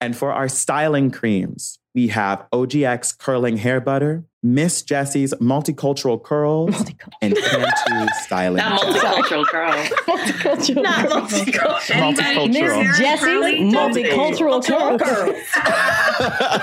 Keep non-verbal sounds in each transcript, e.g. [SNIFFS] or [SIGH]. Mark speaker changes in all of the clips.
Speaker 1: And for our styling creams, we have OGX curling hair butter, Miss Jessie's multicultural curls, and Cantu
Speaker 2: [LAUGHS]
Speaker 1: styling.
Speaker 3: Not multicultural girl.
Speaker 2: Multicultural.
Speaker 3: Not multicultural. Anybody-
Speaker 1: Multicultural.
Speaker 3: Miss Sarah
Speaker 2: Jessie's
Speaker 3: Curly?
Speaker 2: multicultural girl.
Speaker 3: Multicultural girl.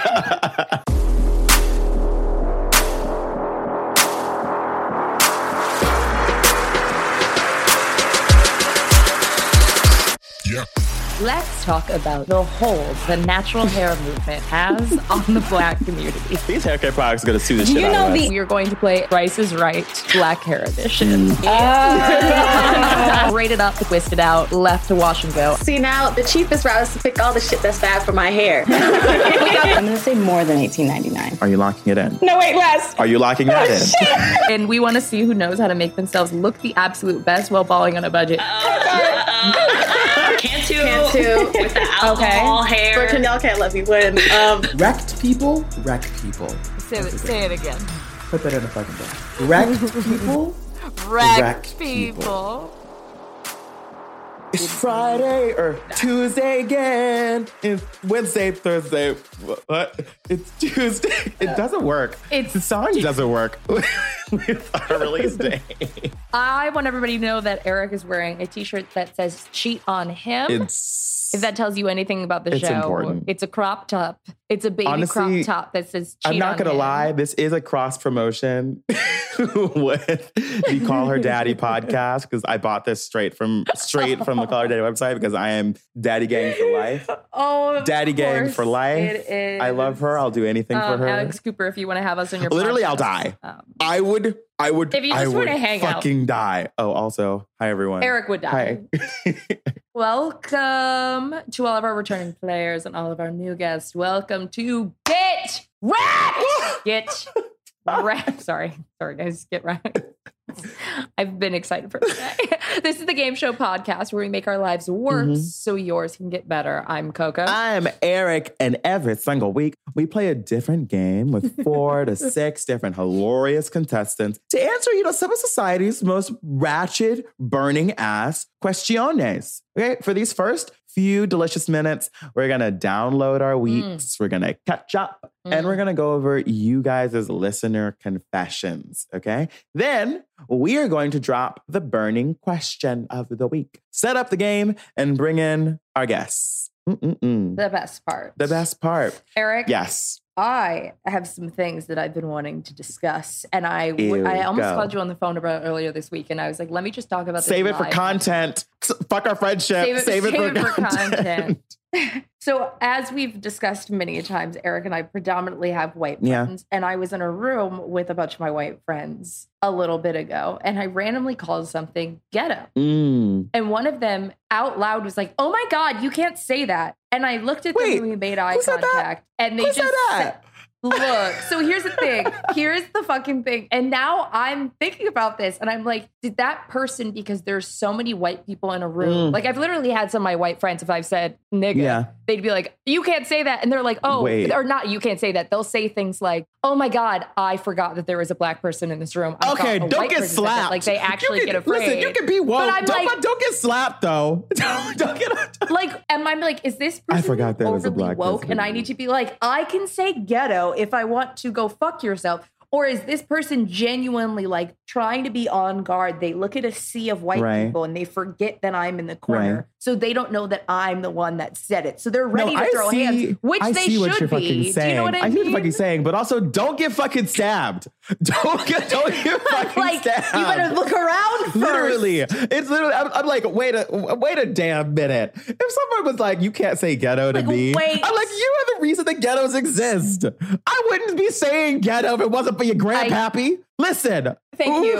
Speaker 4: Let's talk about the hold the natural hair movement has on the black community.
Speaker 1: These hair care products are going to sue the shit
Speaker 2: you
Speaker 1: out
Speaker 2: know
Speaker 1: of us.
Speaker 4: We are going to play Price is Right Black Hair Edition.
Speaker 1: Mm.
Speaker 4: [LAUGHS] Braided up, twisted out, left to wash and go.
Speaker 5: See now, the cheapest route is to pick all the shit that's bad for my hair.
Speaker 2: I'm gonna say more than 1899.
Speaker 1: Are you locking it in?
Speaker 2: No, wait, less. Oh,
Speaker 1: Are you locking that in?
Speaker 4: And we want to see who knows how to make themselves look the absolute best while balling on a budget.
Speaker 3: Cantu.
Speaker 5: Cantu.
Speaker 3: With the alcohol hair.
Speaker 5: Or can- y'all can't let me win. Um,
Speaker 6: Wrecked people, wreck people.
Speaker 4: Say, it, say it again.
Speaker 6: Put that in the fucking book. Wrecked
Speaker 4: [LAUGHS]
Speaker 6: people. Wrecked people. It's Friday or Tuesday again. It's Wednesday, Thursday. wh- What? It's Tuesday. It doesn't work.
Speaker 4: It's-
Speaker 1: the song
Speaker 6: [LAUGHS]
Speaker 1: doesn't work with our release day.
Speaker 4: I want everybody to know that Eric is wearing a t shirt that says cheat on him.
Speaker 1: It's
Speaker 4: if that tells you anything about the
Speaker 1: It's
Speaker 4: show,
Speaker 1: important.
Speaker 4: it's a crop top. It's a baby
Speaker 1: Honestly,
Speaker 4: crop top that says cheat
Speaker 1: I'm not
Speaker 4: on
Speaker 1: gonna
Speaker 4: him.
Speaker 1: lie, this is a cross promotion [LAUGHS] with the Call Her
Speaker 4: [LAUGHS]
Speaker 1: Daddy podcast because I bought this straight from straight from the Call Her
Speaker 4: [LAUGHS]
Speaker 1: Daddy website because I am daddy gang for life.
Speaker 4: Oh, of
Speaker 1: Daddy gang for
Speaker 4: course
Speaker 1: life.
Speaker 4: It is.
Speaker 1: I love her. I'll do anything
Speaker 4: Um,
Speaker 1: for her.
Speaker 4: Alex Cooper, if you want to have us on your
Speaker 1: Literally,
Speaker 4: podcast.
Speaker 1: I'll die.
Speaker 4: Um,
Speaker 1: I would. I would.
Speaker 4: If you just
Speaker 1: I
Speaker 4: were
Speaker 1: would
Speaker 4: to hang out.
Speaker 1: fucking die. Oh, also, hi everyone.
Speaker 4: Eric would die.
Speaker 1: Hi. [LAUGHS]
Speaker 4: Welcome to all of our returning players and all of our new guests. Welcome to Get Wrecked. Get
Speaker 1: [LAUGHS]
Speaker 4: Wrecked. Sorry, sorry guys. Get Wrecked. I've been excited for today. [LAUGHS] this is the game show podcast where we make our lives worse
Speaker 1: Mm-hmm.
Speaker 4: so yours can get better. I'm Coco.
Speaker 1: I'm Eric, and every single week we play a different game with four to six different hilarious contestants to answer, you know, some of society's most ratchet, burning ass questiones. Okay, for these first few delicious minutes, we're gonna download our weeks, we're gonna catch up, and we're gonna go over you guys' listener confessions. Okay, then we are going to drop the burning question of the week, set up the game, and bring in our guests. Mm-mm-mm.
Speaker 4: the best part.
Speaker 1: The best part.
Speaker 4: Eric,
Speaker 1: Yes.
Speaker 4: I have some things that I've been wanting to discuss, and I would
Speaker 1: Ew,
Speaker 4: I almost
Speaker 1: go.
Speaker 4: called you on the phone about it earlier this week, and I was like, let me just talk about this
Speaker 1: Save it for
Speaker 4: live.
Speaker 1: content. S- Fuck our friendship.
Speaker 4: Save it- save it for
Speaker 1: content.
Speaker 4: [LAUGHS] So, as we've discussed many times, Eric and I predominantly have white
Speaker 1: Yeah.
Speaker 4: friends, and I was in a room with a bunch of my white friends a little bit ago, and I randomly called something ghetto,
Speaker 1: [LAUGHS] Mm.
Speaker 4: and one of them out loud was like, "Oh my god, you can't say that!" And I looked at
Speaker 1: Wait,
Speaker 4: them and we made eye
Speaker 1: who said that?
Speaker 4: contact, and they
Speaker 1: Who
Speaker 4: just
Speaker 1: said
Speaker 4: said-
Speaker 1: that?
Speaker 4: Look, so here's the thing. Here's the fucking thing. And now I'm thinking about this and I'm like, did that person, because there's so many white people in a room,
Speaker 1: Mm.
Speaker 4: like I've literally had some of my white friends, if I've said nigga,
Speaker 1: Yeah.
Speaker 4: they'd be like, you can't say that. And they're like, oh,
Speaker 1: Wait.
Speaker 4: or not, you can't say that. They'll say things like, oh my God, I forgot that there was a black person in this room. I thought
Speaker 1: Okay,
Speaker 4: a
Speaker 1: don't
Speaker 4: white
Speaker 1: get
Speaker 4: person said that."
Speaker 1: slapped.
Speaker 4: Like they
Speaker 1: You
Speaker 4: actually
Speaker 1: can-
Speaker 4: get afraid.
Speaker 1: Listen, you can be woke.
Speaker 4: But I'm
Speaker 1: Don't,
Speaker 4: like-
Speaker 1: don't get slapped though. [LAUGHS] Don't, don't get.
Speaker 4: like, and I'm like, is this
Speaker 1: I
Speaker 4: person
Speaker 1: forgot there was a
Speaker 4: overly
Speaker 1: black
Speaker 4: woke?
Speaker 1: person.
Speaker 4: And I need to be like, I can say ghetto if I want to go fuck yourself. Or is this person genuinely like trying to be on guard? They look at a sea of white
Speaker 1: Right.
Speaker 4: people and they forget that I'm in the corner.
Speaker 1: Right.
Speaker 4: So they don't know that I'm the one that said it. So they're
Speaker 1: No,
Speaker 4: ready to throw hands, which
Speaker 1: I
Speaker 4: they
Speaker 1: see
Speaker 4: should
Speaker 1: what you're
Speaker 4: be.
Speaker 1: fucking saying.
Speaker 4: Do you know what I,
Speaker 1: see what
Speaker 4: mean?
Speaker 1: you're fucking saying, but also don't get fucking stabbed. [LAUGHS] Don't get don't get fucking
Speaker 4: [LAUGHS] like
Speaker 1: stabbed.
Speaker 4: you better look around first.
Speaker 1: Literally, it's literally. I'm, I'm like, wait a wait a damn minute. If someone was like, you can't say ghetto to
Speaker 4: Like,
Speaker 1: me,
Speaker 4: wait.
Speaker 1: I'm like, you are the reason the ghettos exist. I wouldn't be saying ghetto if it wasn't for your grandpappy. Listen,
Speaker 7: Thank
Speaker 1: Ooh.
Speaker 7: you.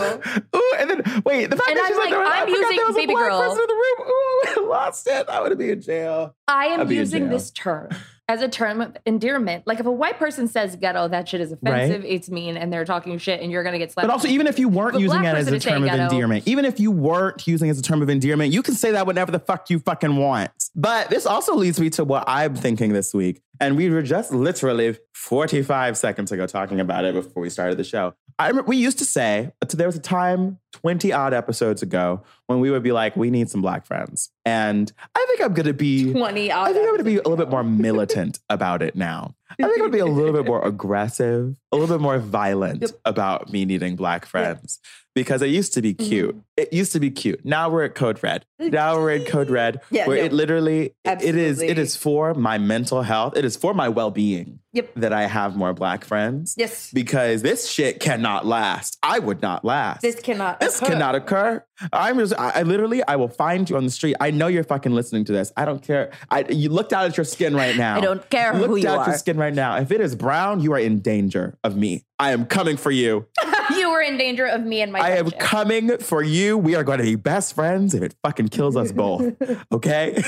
Speaker 1: Ooh, and then wait, the fact
Speaker 4: And
Speaker 1: that
Speaker 4: I'm
Speaker 1: she's
Speaker 4: like,
Speaker 1: there was- I
Speaker 4: I'm
Speaker 1: forgot
Speaker 4: using
Speaker 1: there was a
Speaker 4: baby
Speaker 1: black
Speaker 4: girl.
Speaker 1: person in the room. Ooh, [LAUGHS] I lost it. I would be in jail.
Speaker 4: I
Speaker 1: I'd
Speaker 4: am
Speaker 1: be in
Speaker 4: using
Speaker 1: jail.
Speaker 4: this term as a term of endearment. Like if a white person says ghetto, that shit is offensive, it's mean, and they're talking shit, and you're gonna get slapped.
Speaker 1: But also, even if you weren't
Speaker 4: If a
Speaker 1: using
Speaker 4: black
Speaker 1: it as
Speaker 4: person
Speaker 1: a
Speaker 4: is saying
Speaker 1: term of
Speaker 4: ghetto-
Speaker 1: endearment, even if you weren't using it as a term of endearment, you can say that whenever the fuck you fucking want. But this also leads me to what I'm thinking this week. And we were just literally 45 seconds ago talking about it before we started the show. I remember we used to say, there was a time 20 odd episodes ago when we would be like, we need some black friends. And I think I'm going to be.
Speaker 7: 20
Speaker 1: I
Speaker 7: hours.
Speaker 1: think I'm going to be a little bit more
Speaker 7: [LAUGHS]
Speaker 1: militant about it now. I think I'm going to be a little bit more aggressive, a little bit more violent about me needing black friends because it used to be
Speaker 7: Mm-hmm.
Speaker 1: cute. It used to be cute. Now we're at Code Red. Now we're in Code Red,
Speaker 7: [LAUGHS] Yeah,
Speaker 1: where
Speaker 7: no.
Speaker 1: it literally it is it
Speaker 7: Absolutely.
Speaker 1: is for my mental health. It is for my well being
Speaker 4: Yep.
Speaker 1: that I have more black friends
Speaker 7: Yes.
Speaker 1: because this shit cannot last. I would not last.
Speaker 7: This cannot.
Speaker 1: This
Speaker 7: occur.
Speaker 1: cannot occur. I'm just, I, I literally, I will find you on the street. I know you're fucking listening to this. I don't care. I, you look down at your skin right now.
Speaker 4: [LAUGHS] I don't care
Speaker 1: Look
Speaker 4: who you
Speaker 1: down at
Speaker 4: are.
Speaker 1: your skin right now. If it is brown, you are in danger of me. I am coming for you.
Speaker 4: you were in danger of me and my.
Speaker 1: I am
Speaker 4: friendship.
Speaker 1: coming for you. We are going to be best friends if it fucking kills us
Speaker 4: [LAUGHS]
Speaker 1: both. Okay?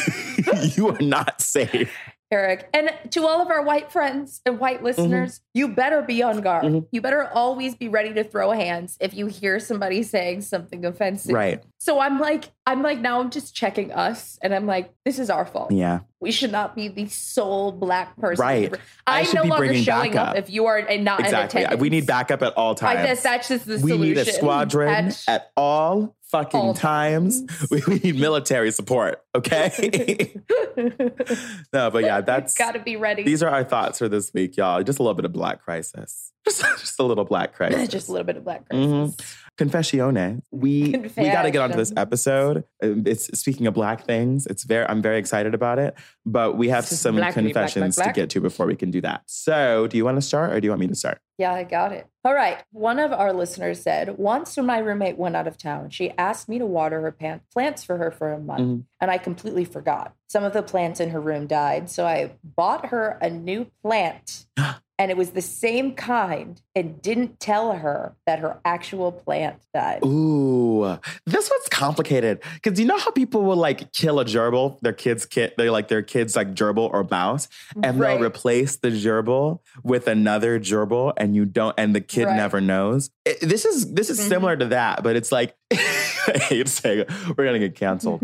Speaker 1: [LAUGHS] you are not safe.
Speaker 4: Eric. And to all of our white friends and white
Speaker 1: Mm-hmm.
Speaker 4: listeners, you better be on guard.
Speaker 1: Mhm.
Speaker 4: You better always be ready to throw hands if you hear somebody saying something offensive.
Speaker 1: Right.
Speaker 4: So I'm like, I'm like, now I'm just checking us and I'm like, this is our fault.
Speaker 1: Yeah.
Speaker 4: We should not be the sole black person.
Speaker 1: Right. I
Speaker 4: I'm
Speaker 1: should
Speaker 4: no
Speaker 1: be
Speaker 4: longer
Speaker 1: bringing
Speaker 4: showing
Speaker 1: back
Speaker 4: up
Speaker 1: up.
Speaker 4: if you are and not in
Speaker 1: Exactly.
Speaker 4: attendance.
Speaker 1: We need backup at all times.
Speaker 4: I guess that's just the
Speaker 1: we
Speaker 4: solution.
Speaker 1: need a squadron at,
Speaker 4: At- [LAUGHS]
Speaker 1: all fucking
Speaker 4: all
Speaker 1: times. We, [LAUGHS] we need military support, okay?
Speaker 4: [LAUGHS]
Speaker 1: [LAUGHS] no, but yeah, that's
Speaker 4: Got to be ready.
Speaker 1: these are our thoughts for this week, y'all. Just a little bit of black crisis. [LAUGHS] Just, just a little black crisis.
Speaker 4: [LAUGHS] [CLEARS THROAT] just a little bit of black crisis.
Speaker 1: Mhm. Confessione. We we got to get onto this
Speaker 4: Confession.
Speaker 1: episode. Um, It's speaking of black things. It's very I'm very excited about it, but we have
Speaker 4: This is
Speaker 1: some
Speaker 4: blackity, black, black,
Speaker 1: confessions
Speaker 4: black.
Speaker 1: to get to before we can do that. So, do you want to start or do you want me to start?
Speaker 4: Yeah, I got it. All right. One of our listeners said, once when my roommate went out of town, she asked me to water her pan- plants for her for a month,
Speaker 1: Mhm.
Speaker 4: and I completely forgot. Some of the plants in her room died, so I bought her a new
Speaker 1: [GASPS]
Speaker 4: plant, and it was the same kind, and didn't tell her that her actual plant died.
Speaker 1: Ooh, this one's complicated because you know how people will like kill a gerbil, their kids kit, they're like their kids like gerbil or mouse, and
Speaker 4: Right.
Speaker 1: they'll replace the gerbil with another gerbil, and you don't, and the kid
Speaker 4: Right.
Speaker 1: never knows. It- this is this is
Speaker 4: Mhm.
Speaker 1: similar to that, but it's like [LAUGHS] I hate saying it. we're gonna get
Speaker 4: [LAUGHS]
Speaker 1: canceled.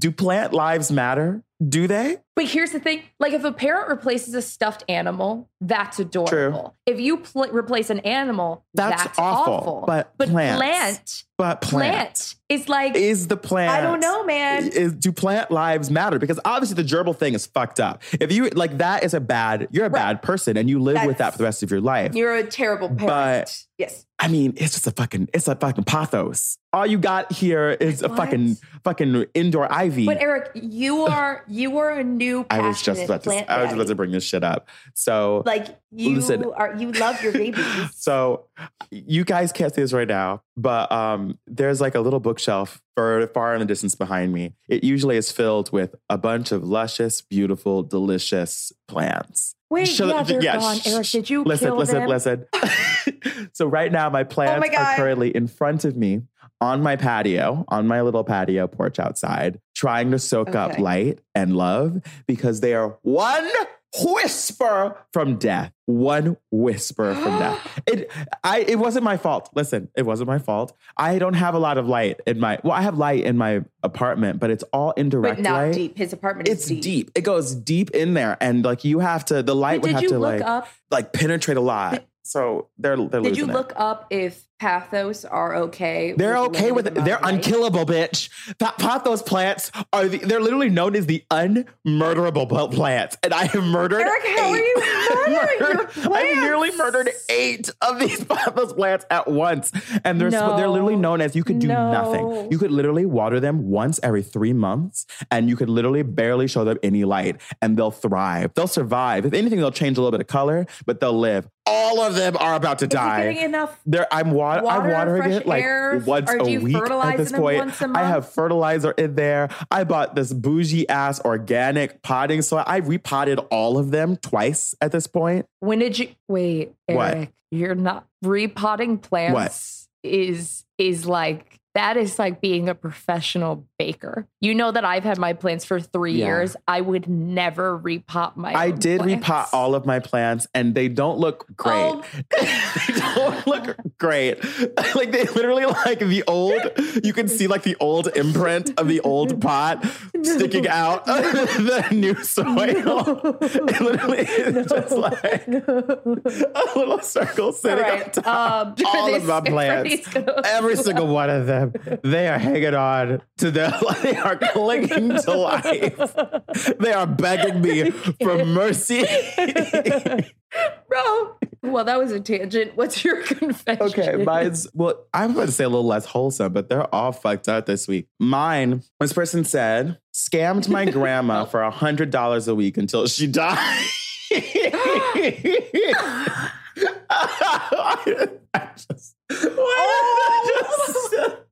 Speaker 1: Do plant lives matter? Do they?
Speaker 4: But here's the thing: like, if a parent replaces a stuffed animal, that's adorable. If you pl- replace an animal,
Speaker 1: That's awful, but plants-
Speaker 4: plant,
Speaker 1: But plant,
Speaker 4: plant is like
Speaker 1: is the plant.
Speaker 4: I don't know, man.
Speaker 1: is do plant lives matter? Because obviously the gerbil thing is fucked up. If you like that is a bad, you're a bad person and you live with that
Speaker 7: That's-
Speaker 1: for the rest of your life.
Speaker 7: You're a terrible parent.
Speaker 1: But-
Speaker 7: yes.
Speaker 1: I mean, it's just a fucking, it's a fucking pathos. All you got here is a
Speaker 4: What?
Speaker 1: fucking, fucking indoor ivy.
Speaker 4: But Eric, you are you are a new.
Speaker 1: I was just
Speaker 4: passionate
Speaker 1: about to,
Speaker 4: plant
Speaker 1: I was about to
Speaker 4: daddy.
Speaker 1: bring this shit up. So
Speaker 4: like you
Speaker 1: Listen.
Speaker 4: are you love your babies.
Speaker 1: [LAUGHS] So you guys can't see this right now, but um, there's like a little bookshelf far, far in the distance behind me. It usually is filled with a bunch of luscious, beautiful, delicious plants.
Speaker 4: Wait,
Speaker 1: Shall-
Speaker 4: yeah, they're
Speaker 1: yeah,
Speaker 4: gone.
Speaker 1: sh-
Speaker 4: Eric, did you
Speaker 1: listen,
Speaker 4: kill
Speaker 1: listen,
Speaker 4: them? Oh
Speaker 1: listen. [LAUGHS]
Speaker 4: [LAUGHS]
Speaker 1: so right now, my plants are
Speaker 7: God.
Speaker 1: currently in front of me on my patio, on my little patio porch outside, trying to soak up
Speaker 7: Okay.
Speaker 1: light and love because they are one whisper from death. One whisper from
Speaker 4: [GASPS]
Speaker 1: death. It, I, it wasn't my fault. Listen, it wasn't my fault. I don't have a lot of light in my. Well, I have light in my apartment, but it's all indirect
Speaker 4: But not
Speaker 1: light.
Speaker 4: deep. His apartment
Speaker 1: It's
Speaker 4: is
Speaker 1: deep. It goes deep in there, and like you have to, the light
Speaker 4: Wait,
Speaker 1: would
Speaker 4: did
Speaker 1: have
Speaker 4: you
Speaker 1: to
Speaker 4: look
Speaker 1: like
Speaker 4: up?
Speaker 1: like penetrate a lot. so they're they're
Speaker 4: Did you
Speaker 1: losing it.
Speaker 4: look up if pathos are okay.
Speaker 1: They're
Speaker 4: with
Speaker 1: okay
Speaker 4: limited
Speaker 1: with it.
Speaker 4: amount
Speaker 1: They're
Speaker 4: of light.
Speaker 1: unkillable, bitch. Pa- Pathos plants are the, they're literally known as the unmurderable pl- plants, and I have murdered.
Speaker 4: Eric, how are
Speaker 1: eight.
Speaker 4: you
Speaker 1: [LAUGHS]
Speaker 4: murdering
Speaker 1: Murdered-
Speaker 4: your
Speaker 1: I nearly
Speaker 4: plants?
Speaker 1: murdered eight of these [LAUGHS] Pathos plants at once, and they're sp- they're
Speaker 4: No.
Speaker 1: literally known as you could do nothing.
Speaker 4: No.
Speaker 1: You could literally water them once every three months, and you could literally barely show them any light, and they'll thrive. They'll survive. If anything, they'll change a little bit of color, but they'll live. All of them are about to
Speaker 4: Is he
Speaker 1: die.
Speaker 4: getting enough
Speaker 1: There, I'm wa- I'm
Speaker 4: Water,
Speaker 1: watering
Speaker 4: fresh
Speaker 1: it like
Speaker 4: air,
Speaker 1: once
Speaker 4: or do
Speaker 1: a
Speaker 4: you
Speaker 1: week at
Speaker 4: fertilize
Speaker 1: this
Speaker 4: them
Speaker 1: point.
Speaker 4: once a
Speaker 1: I
Speaker 4: month?
Speaker 1: have fertilizer in there. I bought this bougie ass organic potting soil. I repotted all of them twice at this point.
Speaker 4: When did you wait,
Speaker 1: What?
Speaker 4: Eric? You're not repotting plants is is like that is like being a professional baker. You know that I've had my plants for three
Speaker 1: Yeah.
Speaker 4: years. I would never repot my.
Speaker 1: I
Speaker 4: own
Speaker 1: did
Speaker 4: plants.
Speaker 1: repot all of my plants, and they don't look great.
Speaker 4: Oh.
Speaker 1: [LAUGHS] they don't look great. [LAUGHS] like they literally like the old. You can see like the old imprint of the old pot sticking out of [LAUGHS] the new soil. [LAUGHS] It literally is just like [LAUGHS] a little circle
Speaker 4: All
Speaker 1: sitting up
Speaker 4: right.
Speaker 1: top.
Speaker 4: [LAUGHS]
Speaker 1: [LAUGHS]
Speaker 4: Um,
Speaker 1: all
Speaker 4: Jordy's-
Speaker 1: of my plants,
Speaker 4: [LAUGHS] Jordy's gonna-
Speaker 1: every single one of them, they are hanging on to the. [LAUGHS] They are clinging to life. They are begging me for mercy.
Speaker 4: Bro. Well, that was a tangent. What's your [LAUGHS] confession?
Speaker 1: Okay,
Speaker 4: [LAUGHS]
Speaker 1: mine's well, I'm about to say a little less wholesome, but they're all fucked up this week. Mine, this person said, scammed my grandma for a hundred dollars a week until she died. [LAUGHS] I just- why did I just-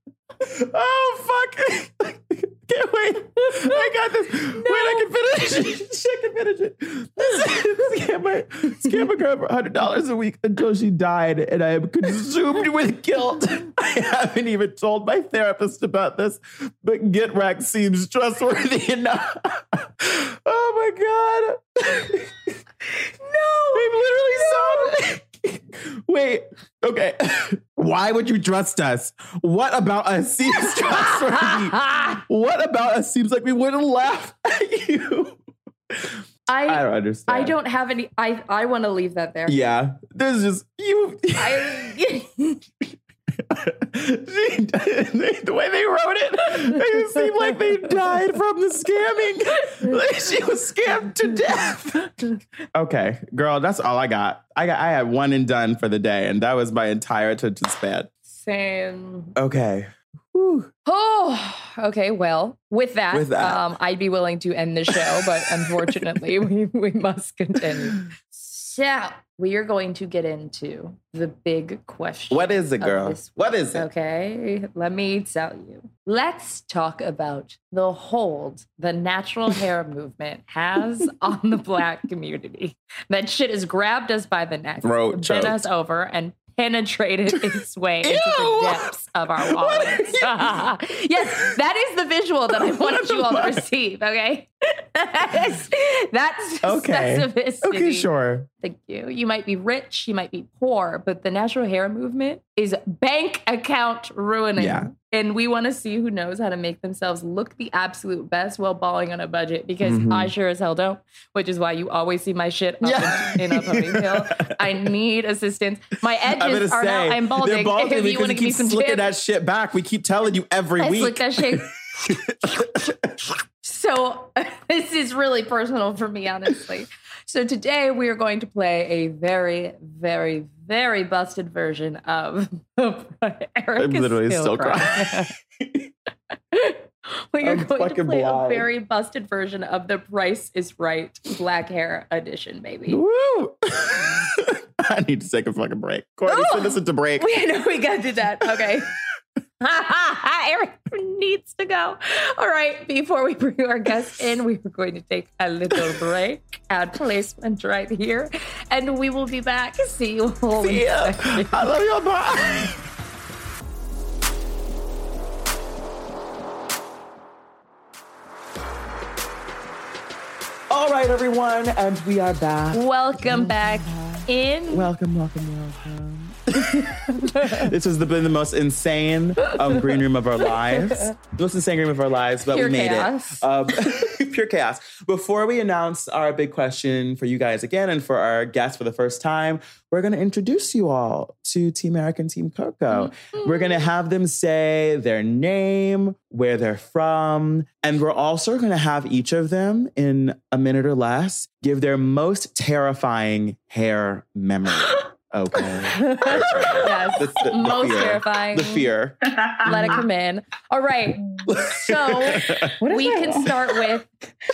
Speaker 1: oh fuck! [LAUGHS] Can't wait. I got this. Wait, I can finish. it. [LAUGHS] I can finish it. Scam my scam my girl for hundred dollars a week until she died, and I am consumed with guilt. [LAUGHS] I haven't even told my therapist about this, but Get Rack seems trustworthy [LAUGHS] enough. Oh my god. [LAUGHS] No, we literally saw it. [LAUGHS] Wait, okay. [LAUGHS] Why would you trust us? What about us [LAUGHS] seems trustworthy?
Speaker 4: [LAUGHS]
Speaker 1: what about us seems like we wouldn't laugh at you? I
Speaker 4: I
Speaker 1: don't understand.
Speaker 4: I don't have any. I I want to leave that there.
Speaker 1: Yeah, there's just you.
Speaker 4: I, [LAUGHS]
Speaker 1: She- the way they wrote it, they just seemed like they died from the scamming. Like she was scammed to death. Okay, girl, that's all I got. I got I had one and done for the day, and that was my entire attention span.
Speaker 4: same.
Speaker 1: Okay. Whew.
Speaker 4: Oh, [SIGHS] okay. Well, with that,
Speaker 1: With that.
Speaker 4: Um, I'd be willing to end the show,
Speaker 1: [LAUGHS]
Speaker 4: but unfortunately, we, we must continue. So, we are going to get into the big question.
Speaker 1: What is it,
Speaker 4: of
Speaker 1: girl?
Speaker 4: this
Speaker 1: What is it?
Speaker 4: Okay, let me tell you. Let's talk about the hold
Speaker 1: [LAUGHS]
Speaker 4: the natural hair movement has on the black community. That shit has grabbed us by the neck,
Speaker 1: Throat
Speaker 4: bent
Speaker 1: choke.
Speaker 4: us over, and penetrated its way into the
Speaker 1: Ew!
Speaker 4: depths of
Speaker 1: [LAUGHS]
Speaker 4: our
Speaker 1: What
Speaker 4: [LAUGHS]
Speaker 1: are
Speaker 4: wallets.
Speaker 1: you-
Speaker 4: yes, that is the visual that I wanted you all
Speaker 1: [LAUGHS]
Speaker 4: to
Speaker 1: What?
Speaker 4: receive, okay? [LAUGHS] that's that's
Speaker 1: Okay.
Speaker 4: specificity.
Speaker 1: Okay, sure.
Speaker 4: Thank you. You might be rich, you might be poor, but the natural hair movement is bank account ruining.
Speaker 1: Yeah.
Speaker 4: And we want to see who knows how to make themselves look the absolute best while balling on a budget because
Speaker 1: Mhm.
Speaker 4: I sure as hell don't, which is why you always see my shit up
Speaker 1: Yeah.
Speaker 4: in, in a
Speaker 1: [LAUGHS]
Speaker 4: ponytail. I need assistance. My
Speaker 1: I'm gonna
Speaker 4: edges are
Speaker 1: say
Speaker 4: now, I'm balding. [LAUGHS]
Speaker 1: they're balding
Speaker 4: if you
Speaker 1: because
Speaker 4: want to
Speaker 1: you
Speaker 4: give me
Speaker 1: keep
Speaker 4: some
Speaker 1: slicking
Speaker 4: tips,
Speaker 1: that shit back. We keep telling you every
Speaker 4: I
Speaker 1: week.
Speaker 4: slick that shit.
Speaker 1: [LAUGHS]
Speaker 4: So [LAUGHS] this is really personal for me, honestly. So today we are going to play a very, very, very busted version of [LAUGHS] Eric.
Speaker 1: I'm
Speaker 4: is
Speaker 1: literally
Speaker 4: still,
Speaker 1: still
Speaker 4: crying.
Speaker 1: crying.
Speaker 4: [LAUGHS] We are
Speaker 1: I'm
Speaker 4: going to
Speaker 1: fucking
Speaker 4: play a
Speaker 1: blind.
Speaker 4: very busted version of The Price Is Right Black Hair Edition, baby.
Speaker 1: Woo! I need to take a fucking break. Courtney, send us into break.
Speaker 4: [LAUGHS] We know we got to do that. Okay. [LAUGHS] Eric needs to go. All right. Before we bring our guest in, we are going to take a little break. Ad placement right here. And we will be back. See you all. in
Speaker 1: [LAUGHS]
Speaker 4: a
Speaker 1: Yeah.
Speaker 4: second.
Speaker 1: I love you. Bye. All right, everyone, and we are back.
Speaker 4: Welcome back. in.
Speaker 1: Welcome, welcome, welcome. this has been the most insane um, green room of our lives. The most insane green room of our lives, but
Speaker 4: Pure
Speaker 1: we made
Speaker 4: chaos.
Speaker 1: it. Um, [LAUGHS] pure chaos. Before we announce our big question for you guys again and for our guests for the first time, we're going to introduce you all to Team Eric and Team Coco. We're going to have them say their name, where they're from, and we're also going to have each of them in a minute or less give their most terrifying hair [GASPS] memory. [LAUGHS] Okay.
Speaker 4: Yes.
Speaker 1: The- the- the
Speaker 4: Most
Speaker 1: fear.
Speaker 4: terrifying.
Speaker 1: The fear.
Speaker 4: Let it
Speaker 7: Uh-huh.
Speaker 4: come in. All right. So
Speaker 2: [LAUGHS] What is
Speaker 4: we
Speaker 2: that?
Speaker 4: can start with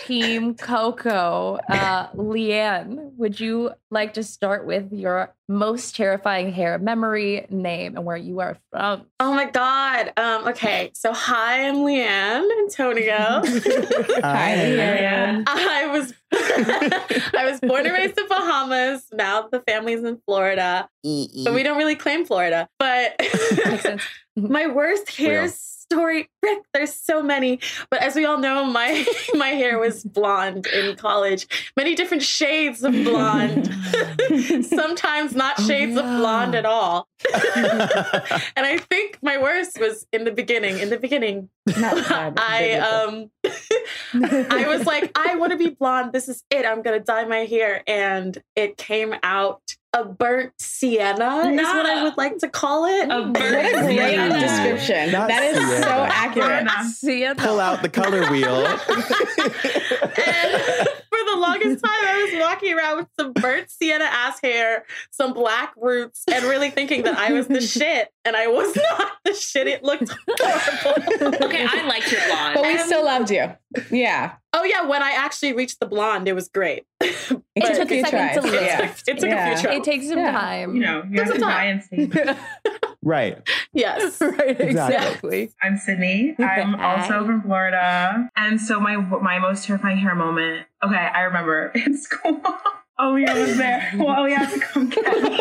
Speaker 4: Team Coco. Uh, Leanne, would you like to start with your most terrifying hair memory, name, and where you are from?
Speaker 5: [LAUGHS] Oh my God. Um, okay. So, hi, I'm Leanne Antonio.
Speaker 2: [LAUGHS]
Speaker 3: Yeah.
Speaker 5: I was [LAUGHS] I was born and raised in Bahamas. Now the family's in Florida. But we don't really claim Florida. But [LAUGHS]
Speaker 4: Makes sense.
Speaker 5: my worst hair
Speaker 1: Real.
Speaker 5: story, Rick, there's so many. But as we all know, my [LAUGHS] my hair was blonde in college. Many different shades of blonde. [LAUGHS] Sometimes not shades of blonde at all. And I think my worst was in the beginning. In the beginning,
Speaker 7: [LAUGHS]
Speaker 2: Not bad, but
Speaker 5: I um
Speaker 2: biblical.
Speaker 5: [LAUGHS] I was like, I want to be blonde. This is it. I'm gonna dye my hair. And it came out a burnt sienna is what I would like to call it.
Speaker 3: A
Speaker 2: What a
Speaker 3: bird.
Speaker 2: great
Speaker 3: Yeah.
Speaker 2: description.
Speaker 1: Not
Speaker 2: that is
Speaker 1: Sierra.
Speaker 2: so accurate.
Speaker 4: See ya.
Speaker 1: [LAUGHS] Pull out the color [LAUGHS] wheel.
Speaker 5: and [LAUGHS] for the longest time I was walking around with some burnt sienna ass hair, some black roots, and really thinking that I was
Speaker 2: [LAUGHS]
Speaker 5: the shit. And I was [LAUGHS] not the shit. It looked horrible.
Speaker 3: Okay, I liked your
Speaker 2: But
Speaker 3: blonde.
Speaker 2: we still loved you. Yeah. [LAUGHS]
Speaker 5: oh yeah, when I actually reached the blonde, it was great. [LAUGHS]
Speaker 2: It
Speaker 5: But
Speaker 2: took
Speaker 5: it
Speaker 2: you
Speaker 4: took a second
Speaker 2: tries.
Speaker 4: to
Speaker 2: Yeah.
Speaker 4: lift.
Speaker 5: It took
Speaker 2: Yeah.
Speaker 5: a few
Speaker 4: It
Speaker 5: tries.
Speaker 4: takes some
Speaker 2: Yeah.
Speaker 4: time.
Speaker 7: You know, you have to
Speaker 5: That's a
Speaker 7: try and see.
Speaker 5: [LAUGHS]
Speaker 1: right.
Speaker 2: [LAUGHS]
Speaker 5: yes.
Speaker 4: right,
Speaker 1: Exactly. [GASPS]
Speaker 4: exactly.
Speaker 7: I'm Sydney. I'm also from Florida. And so my my most terrifying hair moment. Okay, I remember [LAUGHS] in school. Oh, yeah, I was there. Well, we had to come get me.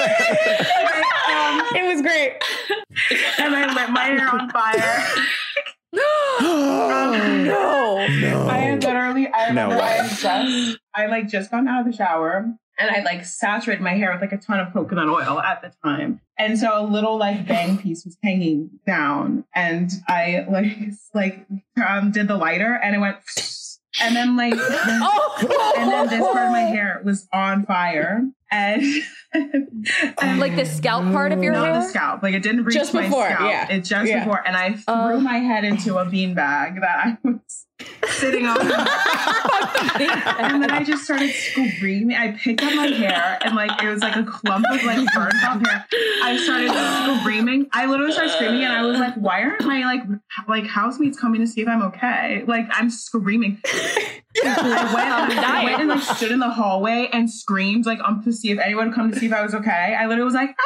Speaker 7: Okay, um,
Speaker 2: It was great.
Speaker 7: [LAUGHS] and I lit my hair on fire.
Speaker 4: No.
Speaker 1: No.
Speaker 7: I am literally, I
Speaker 1: No
Speaker 7: remember I
Speaker 1: way.
Speaker 7: had just, I like just gotten out of the shower and I like saturated my hair with like a ton of coconut oil at the time. And so a little like bang piece was hanging down and I like, [LAUGHS] s- like um, did the lighter and it went [SNIFFS] and then like, and then this part of my hair was on fire and, [LAUGHS] and
Speaker 4: Oh, Like the scalp part of your
Speaker 7: not
Speaker 4: hair?
Speaker 7: the scalp. Like it didn't reach
Speaker 2: Just
Speaker 7: my
Speaker 2: before,
Speaker 7: scalp.
Speaker 2: yeah.
Speaker 7: It just
Speaker 2: Yeah.
Speaker 7: before, and I threw
Speaker 4: Oh.
Speaker 7: my head into a beanbag that I was [LAUGHS] sitting on, and then I
Speaker 2: [LAUGHS]
Speaker 7: just started screaming. I picked up my hair, and like it was like a clump of like burned off hair. I started screaming. I literally started screaming, and I was like, "Why aren't my like h- like housemates coming to see if I'm okay?" Like I'm
Speaker 2: [LAUGHS]
Speaker 7: screaming. I went, I went and like stood in the hallway and screamed like um to see if anyone would come to see if I was okay. I literally was like,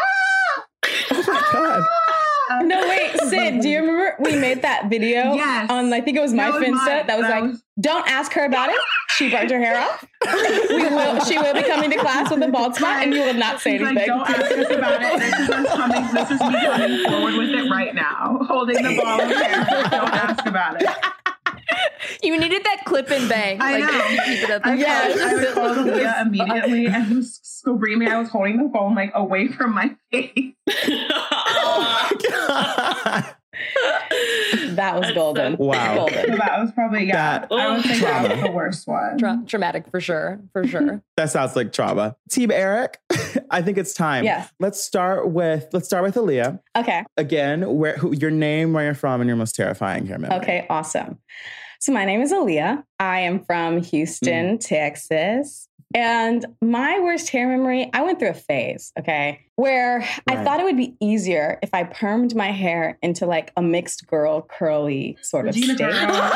Speaker 7: "Ah!"
Speaker 1: [LAUGHS] God.
Speaker 7: Um,
Speaker 2: No, wait, Sid, do you remember we made that video
Speaker 7: Yes.
Speaker 2: on, I think it was my
Speaker 7: That was
Speaker 2: Finsta
Speaker 7: mine.
Speaker 2: that was
Speaker 7: That
Speaker 2: like,
Speaker 7: was-
Speaker 2: don't ask her about it. She burnt her hair off. We will, she will be coming to class with a bald spot and you will not say
Speaker 7: She's
Speaker 2: anything.
Speaker 7: like, don't ask us about it. This is us coming. This is me coming forward with it right now, holding the ball of hair. Don't ask about it.
Speaker 4: You needed that clip and bang.
Speaker 7: I
Speaker 4: like,
Speaker 7: know.
Speaker 4: to keep it up.
Speaker 7: I
Speaker 2: Yes.
Speaker 7: called, I would call to Leah immediately and was screaming. I was holding the phone like away from my [LAUGHS] face.
Speaker 1: [LAUGHS]
Speaker 2: That was golden.
Speaker 1: Wow.
Speaker 7: So
Speaker 2: Golden.
Speaker 7: that was probably yeah.
Speaker 1: That-
Speaker 2: Um,
Speaker 5: [LAUGHS]
Speaker 7: I would think [LAUGHS] that was
Speaker 1: Trauma.
Speaker 7: the worst one.
Speaker 4: Tra- traumatic for sure. For [LAUGHS] sure.
Speaker 1: That sounds like trauma. Team Eric, [LAUGHS] I think it's time.
Speaker 2: Yes.
Speaker 1: Let's start with let's start with Aaliyah.
Speaker 2: Okay.
Speaker 1: Again, where who, your name, where you're from, and your most terrifying hair memory.
Speaker 3: [LAUGHS]
Speaker 2: Okay, awesome. So my name is Aaliyah. I am from Houston, Texas. And my worst hair memory, I went through a phase, okay, where I
Speaker 1: Right.
Speaker 2: thought it would be easier if I permed my hair into like a mixed girl curly sort of
Speaker 7: Regina
Speaker 2: state.
Speaker 7: Carrera.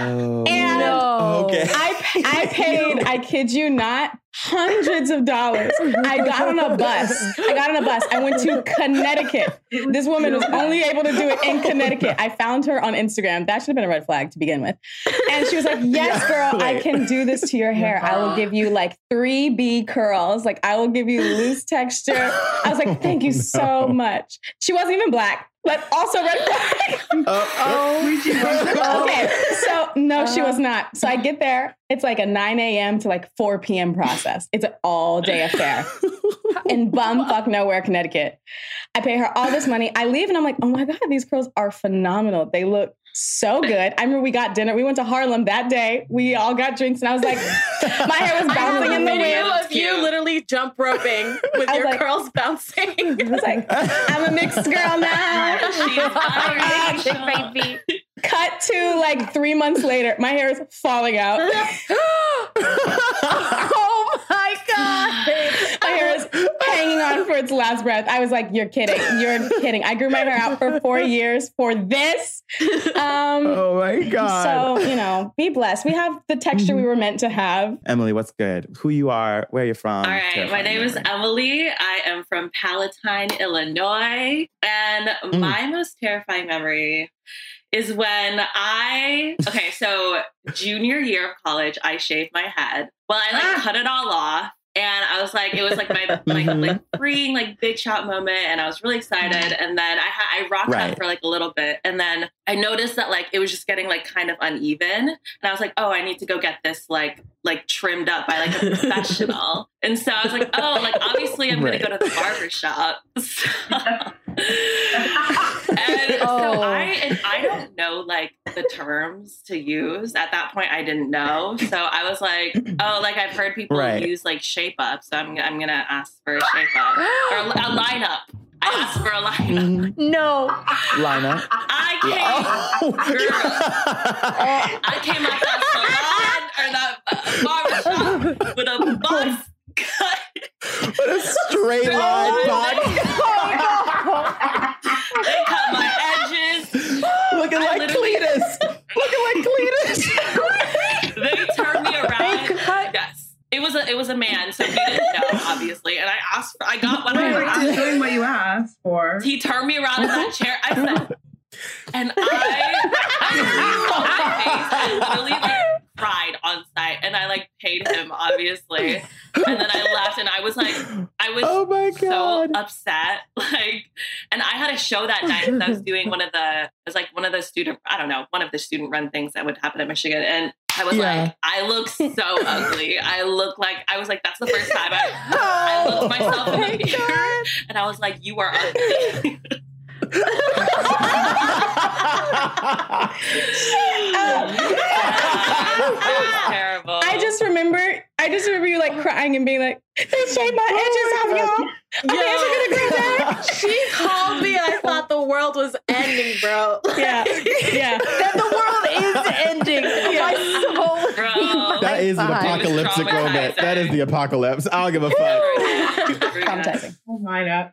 Speaker 1: Oh.
Speaker 2: And
Speaker 4: No.
Speaker 1: Okay.
Speaker 2: I, pa- I paid, I kid you not, hundreds of dollars. I got on a bus. I got on a bus. I went to Connecticut. This woman was only able to do it in Connecticut. I found her on Instagram. That should have been a red flag to begin with. And she was like, Yes,
Speaker 1: Yeah,
Speaker 2: girl, I
Speaker 1: wait.
Speaker 2: can do this to your hair. I will give you like 3B
Speaker 1: [LAUGHS]
Speaker 2: curls. Like, I will give you loose texture. I was like, Thank you so much. She wasn't even black. But also red flag.
Speaker 1: Oh, [LAUGHS]
Speaker 5: Oh.
Speaker 2: okay, so no, she was not. So I get there. It's like a 9 a.m. to like 4 p.m. process. It's an all day
Speaker 5: [LAUGHS]
Speaker 2: affair in bumfuck nowhere, Connecticut. I pay her all this money. I leave and I'm like, oh my God, these girls are phenomenal. They look so good. I remember we got dinner. We went to Harlem that day. We all got drinks and I
Speaker 5: [LAUGHS]
Speaker 2: was like, my hair was bouncing in the
Speaker 5: video
Speaker 2: wind.
Speaker 5: of you literally jump
Speaker 2: [LAUGHS]
Speaker 5: roping with
Speaker 2: I was
Speaker 5: your
Speaker 2: like-
Speaker 5: curls bouncing.
Speaker 2: [LAUGHS] I was like, I'm a mixed
Speaker 5: [LAUGHS]
Speaker 2: girl now.
Speaker 4: [LAUGHS]
Speaker 2: Cut to like three months later, my hair is falling out.
Speaker 4: oh my god!
Speaker 2: [LAUGHS] My hair is hanging on for its last breath. I was like, "You're kidding! You're kidding!" I grew my hair out for four years for this. Um,
Speaker 1: Oh my God.
Speaker 2: so you know, be blessed. We have the texture we were meant to have.
Speaker 1: Emily, what's good? Who you are? Where you're from?
Speaker 3: All right. My name is Emily. I am from Palatine, Illinois. And my most terrifying memory is when I, okay, so junior year of college, I shaved my head. Well, I like cut it all off. And I was like, it was like my like, like freeing like big shot moment, and I was really excited. And then I ha- I rocked
Speaker 1: Right.
Speaker 3: that for like a little bit, and then I noticed that like it was just getting like kind of uneven, and I was like, oh, I need to go get this like like trimmed up by like a professional.
Speaker 1: [LAUGHS]
Speaker 3: and so I was like, oh, like obviously I'm
Speaker 1: Right.
Speaker 3: gonna go to the barber
Speaker 1: [LAUGHS]
Speaker 3: [LAUGHS] shop. So- and [LAUGHS]
Speaker 1: Oh.
Speaker 3: so I and I don't know like the terms to use. At that point I didn't know. So I was like, oh, like I've heard people
Speaker 1: Right.
Speaker 3: use like shape up, so I'm I'm gonna ask for a shape up. Or a lineup. I asked for a lineup.
Speaker 1: Mm.
Speaker 4: No.
Speaker 1: [LAUGHS] Lina.
Speaker 3: I
Speaker 1: Oh.
Speaker 3: came I came out that salon or that barber shop uh, with a buzz cut.
Speaker 1: [LAUGHS] what a straight line body.
Speaker 3: They cut my edges.
Speaker 1: Looking
Speaker 3: I
Speaker 1: like
Speaker 3: literally- [LAUGHS]
Speaker 1: Cletus. Looking like Cletus.
Speaker 3: They turned me around. Yes. It was a it was a man, so he didn't know, obviously. And I asked for I got what I
Speaker 7: Like, just
Speaker 3: asked.
Speaker 7: doing what you asked for.
Speaker 3: He turned me around in that chair. I said, and I, I, fell on my face. I literally like cried on site, and I like paid him obviously, and then I left, and I was like, I was
Speaker 1: oh my
Speaker 3: so
Speaker 1: God.
Speaker 3: upset. [LAUGHS] Like, and I had a
Speaker 1: [LAUGHS]
Speaker 3: show that night. 'cause I was doing one of the, it was like one of the student, I don't know, one of the student run things that would happen at Michigan. And I was
Speaker 1: Yeah.
Speaker 3: like, I look
Speaker 1: [LAUGHS]
Speaker 3: so ugly. I look like, I was like, that's the first
Speaker 1: [LAUGHS]
Speaker 3: time I, I
Speaker 1: Oh
Speaker 3: looked myself in the mirror. And I was like, you are ugly. [LAUGHS] that
Speaker 1: [LAUGHS]
Speaker 3: was terrible.
Speaker 2: I just remember, I just remember you like crying and being like, "They shaved my edges off, y'all."
Speaker 5: Yo, she called me and I thought the world was ending, bro.
Speaker 2: Yeah, [LAUGHS] yeah.
Speaker 4: Then the world
Speaker 3: [LAUGHS]
Speaker 4: is ending. [LAUGHS] My soul.
Speaker 3: Bro.
Speaker 1: that is an
Speaker 4: Fine.
Speaker 1: apocalyptic
Speaker 3: Traumatizing.
Speaker 1: moment. That is the apocalypse. I'll give a
Speaker 3: [LAUGHS]
Speaker 1: fuck.
Speaker 2: Traumatizing.
Speaker 7: Hold mine up.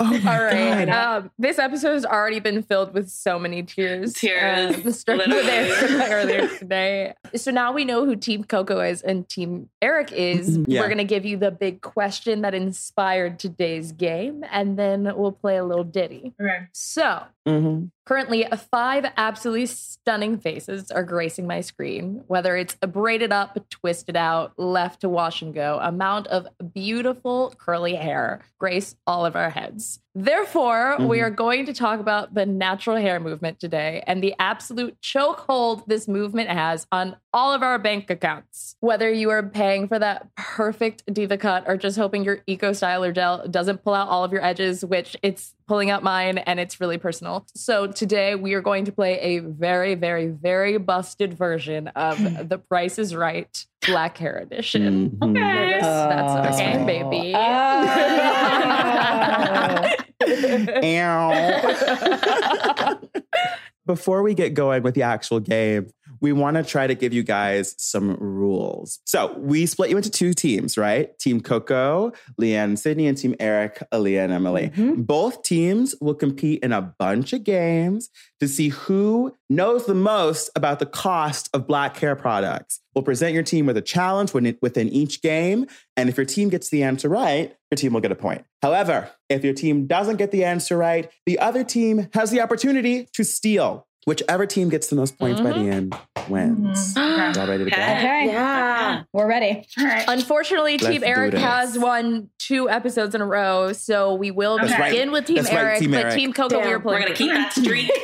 Speaker 4: All right. Um, this episode has already been filled with so many tears.
Speaker 3: Tears,
Speaker 4: Um, starting with
Speaker 3: literally.
Speaker 4: earlier today. So now we know who Team Coco is and Team Eric is.
Speaker 1: Yeah.
Speaker 4: We're going to give you the big question that inspired today's game, and then we'll play a little ditty.
Speaker 7: Okay.
Speaker 4: So
Speaker 1: Mhm.
Speaker 4: Currently, five absolutely stunning faces are gracing my screen, whether it's braided up, twisted out, left to wash and go, amount of beautiful curly hair grace all of our heads. haircuts. Therefore, we are going to talk about the natural hair movement today and the absolute chokehold this movement has on all of our bank accounts. Whether you are paying for that perfect diva cut or just hoping your eco styler gel doesn't pull out all of your edges, which it's pulling out mine and it's really personal. So today we are going to play a very, very, very busted version
Speaker 1: [LAUGHS]
Speaker 4: of The Price is Right Black Hair Edition.
Speaker 1: Mm-hmm.
Speaker 3: Okay.
Speaker 4: That's
Speaker 1: Mm. Ah, That's
Speaker 4: okay,
Speaker 1: right.
Speaker 4: baby.
Speaker 2: Oh.
Speaker 4: [LAUGHS]
Speaker 1: Ah.
Speaker 4: [LAUGHS]
Speaker 1: [LAUGHS] Mm-hmm. Before we get going with the actual game, we want to try to give you guys some rules. So we split you into two teams, right? Team Coco, Leanne, Sydney, and Team Eric, Aaliyah, and Emily. Both teams will compete in a bunch of games to see who knows the most about the cost of black hair products. We'll present your team with a challenge within within each game. And if your team gets the answer right, your team will get a point. However, if your team doesn't get the answer right, the other team has the opportunity to steal. Whichever team gets the most points by the end wins.
Speaker 7: Mhm.
Speaker 1: Y'all ready to go?
Speaker 3: Okay.
Speaker 2: Okay.
Speaker 5: Yeah.
Speaker 2: We're ready.
Speaker 7: All right.
Speaker 4: [LAUGHS] Unfortunately, Team
Speaker 1: Let's do
Speaker 4: Eric
Speaker 1: this.
Speaker 4: has won two episodes in a row, so we will
Speaker 7: That's right.
Speaker 4: begin with Team
Speaker 1: That's right,
Speaker 4: Eric,
Speaker 1: Team
Speaker 4: but
Speaker 1: Eric.
Speaker 4: Team Coco, we
Speaker 5: Damn,
Speaker 4: are
Speaker 3: We're
Speaker 4: playing.
Speaker 3: going to keep that streak.
Speaker 4: [LAUGHS]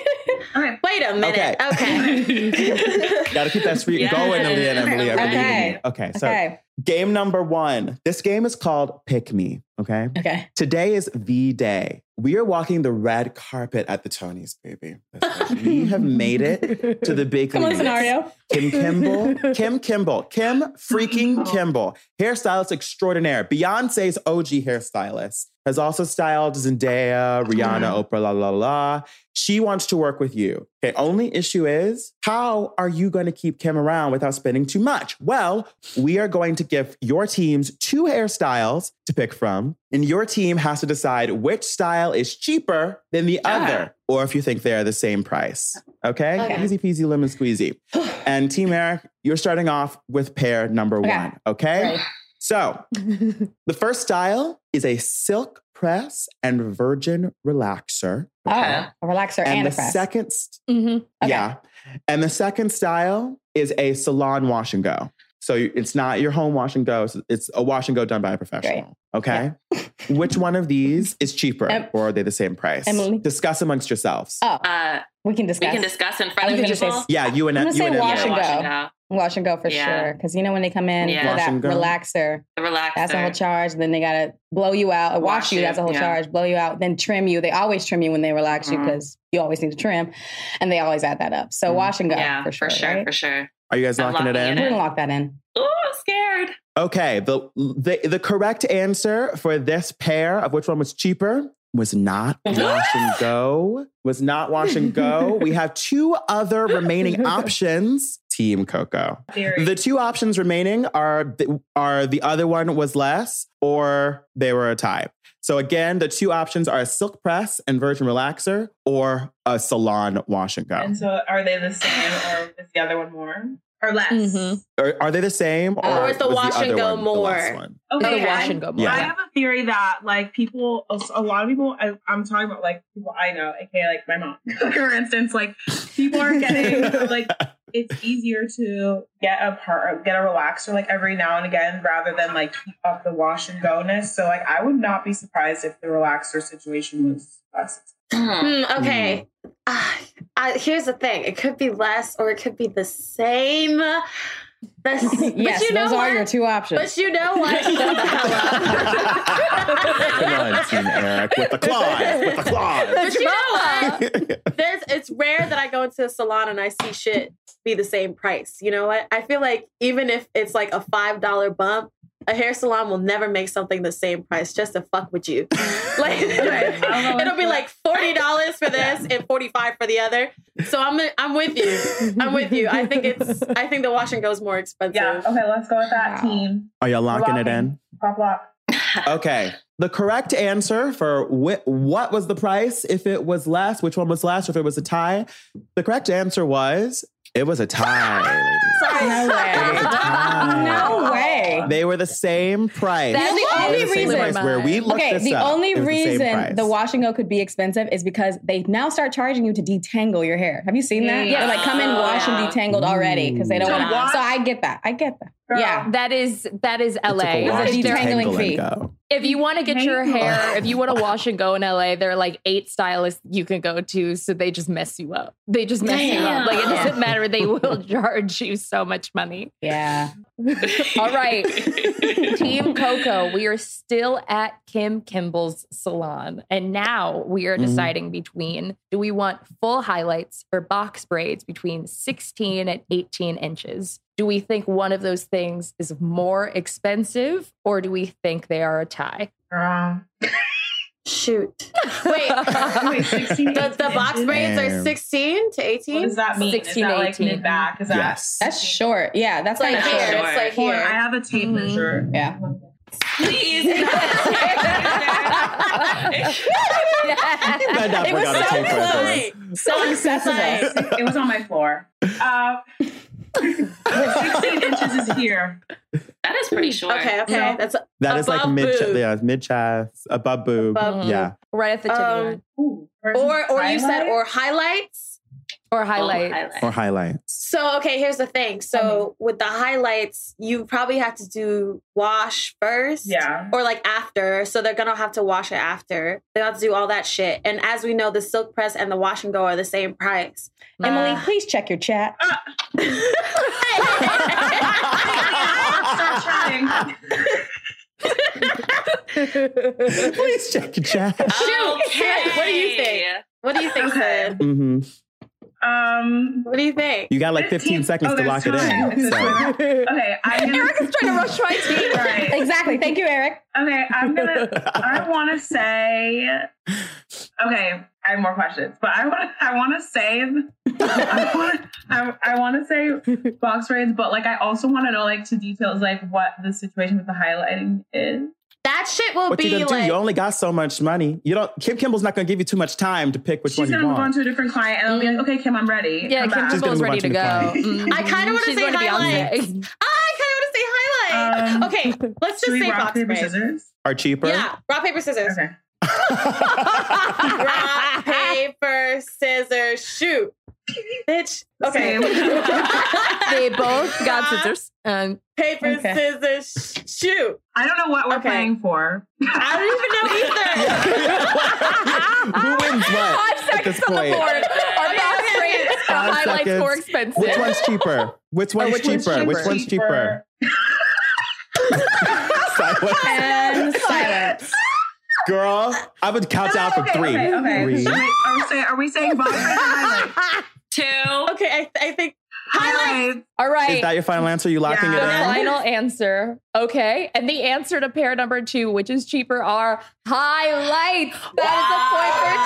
Speaker 7: Okay.
Speaker 5: [LAUGHS] Wait a minute. Okay.
Speaker 2: [LAUGHS]
Speaker 1: Gotta keep that sweet
Speaker 3: Yes.
Speaker 1: going, Aaliyah and Emily. I really
Speaker 2: Okay.
Speaker 1: need you. Okay, so
Speaker 2: Okay.
Speaker 1: game number one. This game is called Pick Me, okay?
Speaker 2: Okay.
Speaker 1: Today is V Day. We are walking the red carpet at the Tonys, baby. That's right. we have made it
Speaker 2: [LAUGHS]
Speaker 1: to the big
Speaker 2: Come on,
Speaker 1: leagues.
Speaker 2: scenario.
Speaker 1: Kim Kimball, Kim Kimball, Kim freaking Kimball, hairstylist extraordinaire, Beyonce's OG hairstylist, has also styled Zendaya, Rihanna, Oprah, la la la. She wants to work with you. Okay, only issue is how are you going to keep Kim around without spending too much? Well, we are going to give your teams two hairstyles to pick from, and your team has to decide which style is cheaper than the other, or if you think they are the same price. Okay,
Speaker 5: Okay.
Speaker 1: easy peasy lemon squeezy. And Team Eric, you're starting off with pair number
Speaker 2: Okay.
Speaker 1: one. Okay.
Speaker 2: Ready.
Speaker 1: So
Speaker 2: [LAUGHS]
Speaker 1: the first style is a silk press and virgin relaxer.
Speaker 2: Oh, a relaxer and,
Speaker 1: And
Speaker 2: a
Speaker 1: the
Speaker 2: press.
Speaker 1: second, st-
Speaker 4: Mhm.
Speaker 2: Okay.
Speaker 1: yeah. And the second style is a salon wash and go. So you- it's not your home wash and go. It's- It's a wash and go done by a professional. Okay.
Speaker 2: [LAUGHS]
Speaker 1: Which one of these is cheaper
Speaker 2: Em-
Speaker 1: or are they the same price?
Speaker 2: Emily.
Speaker 1: Discuss amongst yourselves.
Speaker 2: oh,
Speaker 3: Uh,
Speaker 2: we can discuss.
Speaker 3: we can discuss in front
Speaker 2: I
Speaker 3: of
Speaker 2: was gonna say
Speaker 3: people.
Speaker 1: yeah, you and
Speaker 2: I'm gonna
Speaker 1: you
Speaker 2: say
Speaker 1: and
Speaker 2: wash
Speaker 3: Yeah,
Speaker 2: and
Speaker 1: Emily.
Speaker 2: go.
Speaker 3: go.
Speaker 2: Wash and go for
Speaker 3: Yeah.
Speaker 2: sure. Because you know when they come in
Speaker 3: Yeah.
Speaker 2: for
Speaker 1: Wash
Speaker 2: that
Speaker 1: and go.
Speaker 2: relaxer,
Speaker 3: The relaxer.
Speaker 2: that's a whole charge. Then they gotta blow you out or wash,
Speaker 3: Wash
Speaker 2: you.
Speaker 3: you,
Speaker 2: That's a whole
Speaker 3: yeah.
Speaker 2: charge. Blow you out, then trim you. They always trim you when they relax you
Speaker 3: Mhm.
Speaker 2: because you always need to trim, and they always add that up. So
Speaker 1: Mhm.
Speaker 2: wash and go
Speaker 3: yeah,
Speaker 2: for sure.
Speaker 3: for sure.
Speaker 2: right?
Speaker 3: For sure.
Speaker 1: Are you guys
Speaker 3: I'm
Speaker 1: locking it
Speaker 3: locking it
Speaker 1: in?
Speaker 2: We're gonna lock that in. [LAUGHS]
Speaker 3: Ooh, I'm scared.
Speaker 1: Okay, the, the the correct answer for this pair of which one was cheaper was
Speaker 5: [LAUGHS]
Speaker 1: not wash and go. Was not wash and go. We have two other
Speaker 5: [LAUGHS]
Speaker 1: remaining options. Team Coco.
Speaker 7: Very-
Speaker 1: The two options remaining are th- are the other one was less or they were a tie. So again, the two options are a silk press and virgin relaxer or a salon wash and go.
Speaker 7: And so, are they the same, or is the other one more or less?
Speaker 4: Mhm.
Speaker 1: Are, are they the same or,
Speaker 5: Or is the
Speaker 1: was
Speaker 5: wash and
Speaker 1: other
Speaker 5: go
Speaker 1: one the
Speaker 5: more?
Speaker 1: less one?
Speaker 4: The
Speaker 7: Okay,
Speaker 4: wash
Speaker 7: I'm-
Speaker 4: and go more.
Speaker 1: Yeah.
Speaker 7: I have a theory that like people, a lot of people, I, I'm talking about like people I know, aka like my mom, [LAUGHS] for instance, like people
Speaker 1: [LAUGHS]
Speaker 7: are getting like it's easier to get a part, get a relaxer like every now and again rather than like keep up the wash and go ness. So like I would not be surprised if the relaxer situation was less.
Speaker 3: Hmm.
Speaker 5: Hmm,
Speaker 2: Mm-hmm.
Speaker 5: okay. Ah, I- here's the thing. It could be less or it could be the same. The
Speaker 2: [LAUGHS]
Speaker 5: s- but
Speaker 2: yes,
Speaker 5: you know
Speaker 2: those are
Speaker 5: what?
Speaker 2: your two options.
Speaker 5: But you know
Speaker 2: [LAUGHS]
Speaker 5: what?
Speaker 1: Come on, Team Eric, with the claws, with the claws.
Speaker 5: But you know what? There's, it's rare that I go into a salon and I see shit be the same price. You know what? I feel like even if it's like a five dollar bump, a hair salon will never make something the same price just to fuck with
Speaker 7: [LAUGHS]
Speaker 5: you. [LAUGHS] Like it'll be like forty dollars for this and forty five for the other. So I'm I'm with you. I'm with you. I think it's I think the wash and go is more expensive.
Speaker 7: Yeah. Okay. Let's go with that team.
Speaker 1: Are y'all locking it in?
Speaker 7: Pop lock.
Speaker 1: Okay. The correct answer for wh- what was the price, if it was less, which one was less, if it was a tie, the correct answer was it was a tie. ladies.
Speaker 5: Sorry.
Speaker 1: It
Speaker 2: No
Speaker 1: was a
Speaker 2: way.
Speaker 1: [LAUGHS] tie.
Speaker 2: No way.
Speaker 1: They were the same price.
Speaker 4: That's
Speaker 2: the
Speaker 1: They were
Speaker 2: only
Speaker 1: the same
Speaker 2: reason-
Speaker 1: price. Where we looked
Speaker 2: Okay,
Speaker 1: this
Speaker 2: the
Speaker 1: up,
Speaker 2: only
Speaker 1: it was the same
Speaker 2: reason
Speaker 1: price.
Speaker 2: the wash and go could be expensive is because they now start charging you to detangle your hair. Have you seen that?
Speaker 4: Yeah.
Speaker 2: They're like, come in, wash
Speaker 3: Yeah.
Speaker 2: and detangled already because they don't
Speaker 3: To
Speaker 2: want
Speaker 3: wash-
Speaker 2: to. So I get that. I get that.
Speaker 7: Girl.
Speaker 2: Yeah.
Speaker 4: That is that is
Speaker 1: It took
Speaker 4: LA.
Speaker 1: a while
Speaker 2: It's a
Speaker 1: to
Speaker 2: detangling
Speaker 1: detangle and
Speaker 2: fee.
Speaker 1: go.
Speaker 4: If you want to get your hair, if you want to wash and go in LA, there are like eight stylists you can go to. So they just mess you up. They just mess you up. Like it doesn't matter. They will [LAUGHS] charge you so much money.
Speaker 2: Yeah.
Speaker 4: All
Speaker 3: [LAUGHS]
Speaker 4: right.
Speaker 5: [LAUGHS]
Speaker 4: Team Coco, we are still at Kim Kimball's salon. And now we are
Speaker 5: Mm-hmm.
Speaker 1: Mhm.
Speaker 4: deciding between do we want full highlights or box braids between 16 and 18 inches? Do we think one of those things is more expensive or do we think they are a tie?
Speaker 7: Girl.
Speaker 5: Shoot. [LAUGHS]
Speaker 7: Wait, wait, 16
Speaker 5: The, the box braids are
Speaker 1: Damn.
Speaker 5: 16 to
Speaker 7: What
Speaker 5: 18? [LAUGHS]
Speaker 7: does that mean? is
Speaker 4: 16,
Speaker 7: that like
Speaker 4: 18.
Speaker 7: mid back? Is that
Speaker 1: Yes.
Speaker 2: That's short. Yeah, that's
Speaker 5: Like
Speaker 2: like
Speaker 5: here.
Speaker 2: short.
Speaker 5: It's like
Speaker 2: [LAUGHS]
Speaker 7: Hold on, I
Speaker 5: here.
Speaker 7: have a tape
Speaker 5: Mm-hmm.
Speaker 7: measure.
Speaker 2: Yeah.
Speaker 3: Please.
Speaker 5: [LAUGHS]
Speaker 4: [LAUGHS]
Speaker 1: I not
Speaker 2: It was
Speaker 1: forgot
Speaker 2: so
Speaker 1: to take my
Speaker 2: close.
Speaker 1: break.
Speaker 2: So accessible.
Speaker 7: It was on my floor. Uh,
Speaker 1: [LAUGHS]
Speaker 7: 16 inches is here.
Speaker 3: That is pretty short.
Speaker 5: Okay, okay.
Speaker 7: No.
Speaker 5: That's
Speaker 1: That is like
Speaker 5: Above
Speaker 1: mid,
Speaker 5: boob.
Speaker 1: yeah, mid chest, above boob.
Speaker 5: Above
Speaker 1: yeah,
Speaker 4: Right at the titty
Speaker 5: Um,
Speaker 4: line.
Speaker 7: Ooh, versus
Speaker 5: or or you said
Speaker 7: highlight?
Speaker 5: or highlights.
Speaker 4: or
Speaker 3: Oh,
Speaker 4: highlight.
Speaker 1: or highlights.
Speaker 5: So okay, here's the thing. So with the highlights, you probably have to do wash first.
Speaker 7: Yeah.
Speaker 5: Or like after. So they're gonna have to wash it after. They have to do all that shit. And as we know, the silk press and the wash and go are the same price.
Speaker 2: Emily,
Speaker 4: Nah.
Speaker 2: please check your chat.
Speaker 7: Uh. Stop
Speaker 5: [LAUGHS]
Speaker 7: trying.
Speaker 1: Please check your chat.
Speaker 5: Shoot, Kat, what do you think?
Speaker 3: Okay.
Speaker 5: [LAUGHS] What do you think,
Speaker 7: Okay.
Speaker 5: Sid?
Speaker 1: hmm
Speaker 7: Um,
Speaker 5: What do you think?
Speaker 1: You got like 15 seconds
Speaker 7: oh,
Speaker 1: to lock
Speaker 7: there's time.
Speaker 1: it in.
Speaker 7: It's
Speaker 1: So.
Speaker 7: a timer. okay, I'm gonna,
Speaker 4: trying to rush my team.
Speaker 7: right.
Speaker 5: [LAUGHS]
Speaker 2: Exactly. Thank you, Eric.
Speaker 7: Okay, [LAUGHS]
Speaker 1: [LAUGHS]
Speaker 7: I'm gonna. I want to say. Okay, I have more questions, but I want. I want to save. I want. I, I want to say box braids, but like I also want to know like to details like what the situation with the highlighting is.
Speaker 5: That shit will
Speaker 1: What you
Speaker 5: be
Speaker 1: gonna do?
Speaker 5: like
Speaker 1: You only got so much money. You don't. Kim Kimball's not gonna give you too much time to pick which
Speaker 7: She's
Speaker 1: one
Speaker 7: gonna
Speaker 1: you
Speaker 7: move on
Speaker 1: want.
Speaker 7: to a different client, and I'll be like, okay, Kim, I'm ready.
Speaker 4: Yeah,
Speaker 7: Come
Speaker 4: Kim
Speaker 7: back.
Speaker 1: Just gonna move on
Speaker 4: Kimball's ready
Speaker 1: to the
Speaker 4: to go. Mm-hmm.
Speaker 1: client.
Speaker 5: I kinda wanna
Speaker 4: She's
Speaker 5: say
Speaker 4: going to be on
Speaker 5: highlight.
Speaker 4: set.
Speaker 5: "Ah, I kind of
Speaker 7: Um,
Speaker 5: want to say highlight. okay, let's just
Speaker 7: Should we
Speaker 5: say
Speaker 7: rock
Speaker 5: box
Speaker 7: paper
Speaker 5: braids.
Speaker 7: scissors?
Speaker 1: Are cheaper. [LAUGHS]
Speaker 5: Yeah, rock paper scissors.
Speaker 7: Okay.
Speaker 5: Rock paper scissors shoot, bitch. Okay,
Speaker 4: [LAUGHS] They both got scissors. Um,
Speaker 5: [LAUGHS] paper
Speaker 2: Okay.
Speaker 5: scissors sh- shoot.
Speaker 7: I don't know what we're
Speaker 5: Okay.
Speaker 7: playing for.
Speaker 5: I don't even know either.
Speaker 1: [LAUGHS] Who wins what?
Speaker 4: five
Speaker 1: at this
Speaker 4: seconds on
Speaker 1: point?
Speaker 4: the board. Our box rate is the
Speaker 1: Five
Speaker 4: highlights
Speaker 1: seconds.
Speaker 4: more expensive.
Speaker 1: Which one's cheaper?
Speaker 7: Oh,
Speaker 1: Which
Speaker 7: [LAUGHS]
Speaker 1: one's
Speaker 4: which one's
Speaker 1: cheaper? Which one's cheaper? Silence.
Speaker 2: And silence.
Speaker 1: Girl, I would count down from three.
Speaker 7: Okay, okay.
Speaker 1: Three.
Speaker 7: Should we- Are, we saying, are we saying box braids or highlight?
Speaker 3: Two.
Speaker 5: Okay, I, I think
Speaker 7: Highlights.
Speaker 4: All
Speaker 1: Is
Speaker 4: right.
Speaker 1: that your final answer? You locking
Speaker 4: the
Speaker 7: Yeah.
Speaker 1: it in?
Speaker 4: final answer. Okay. And the answer to pair number two, which is cheaper, are highlights. That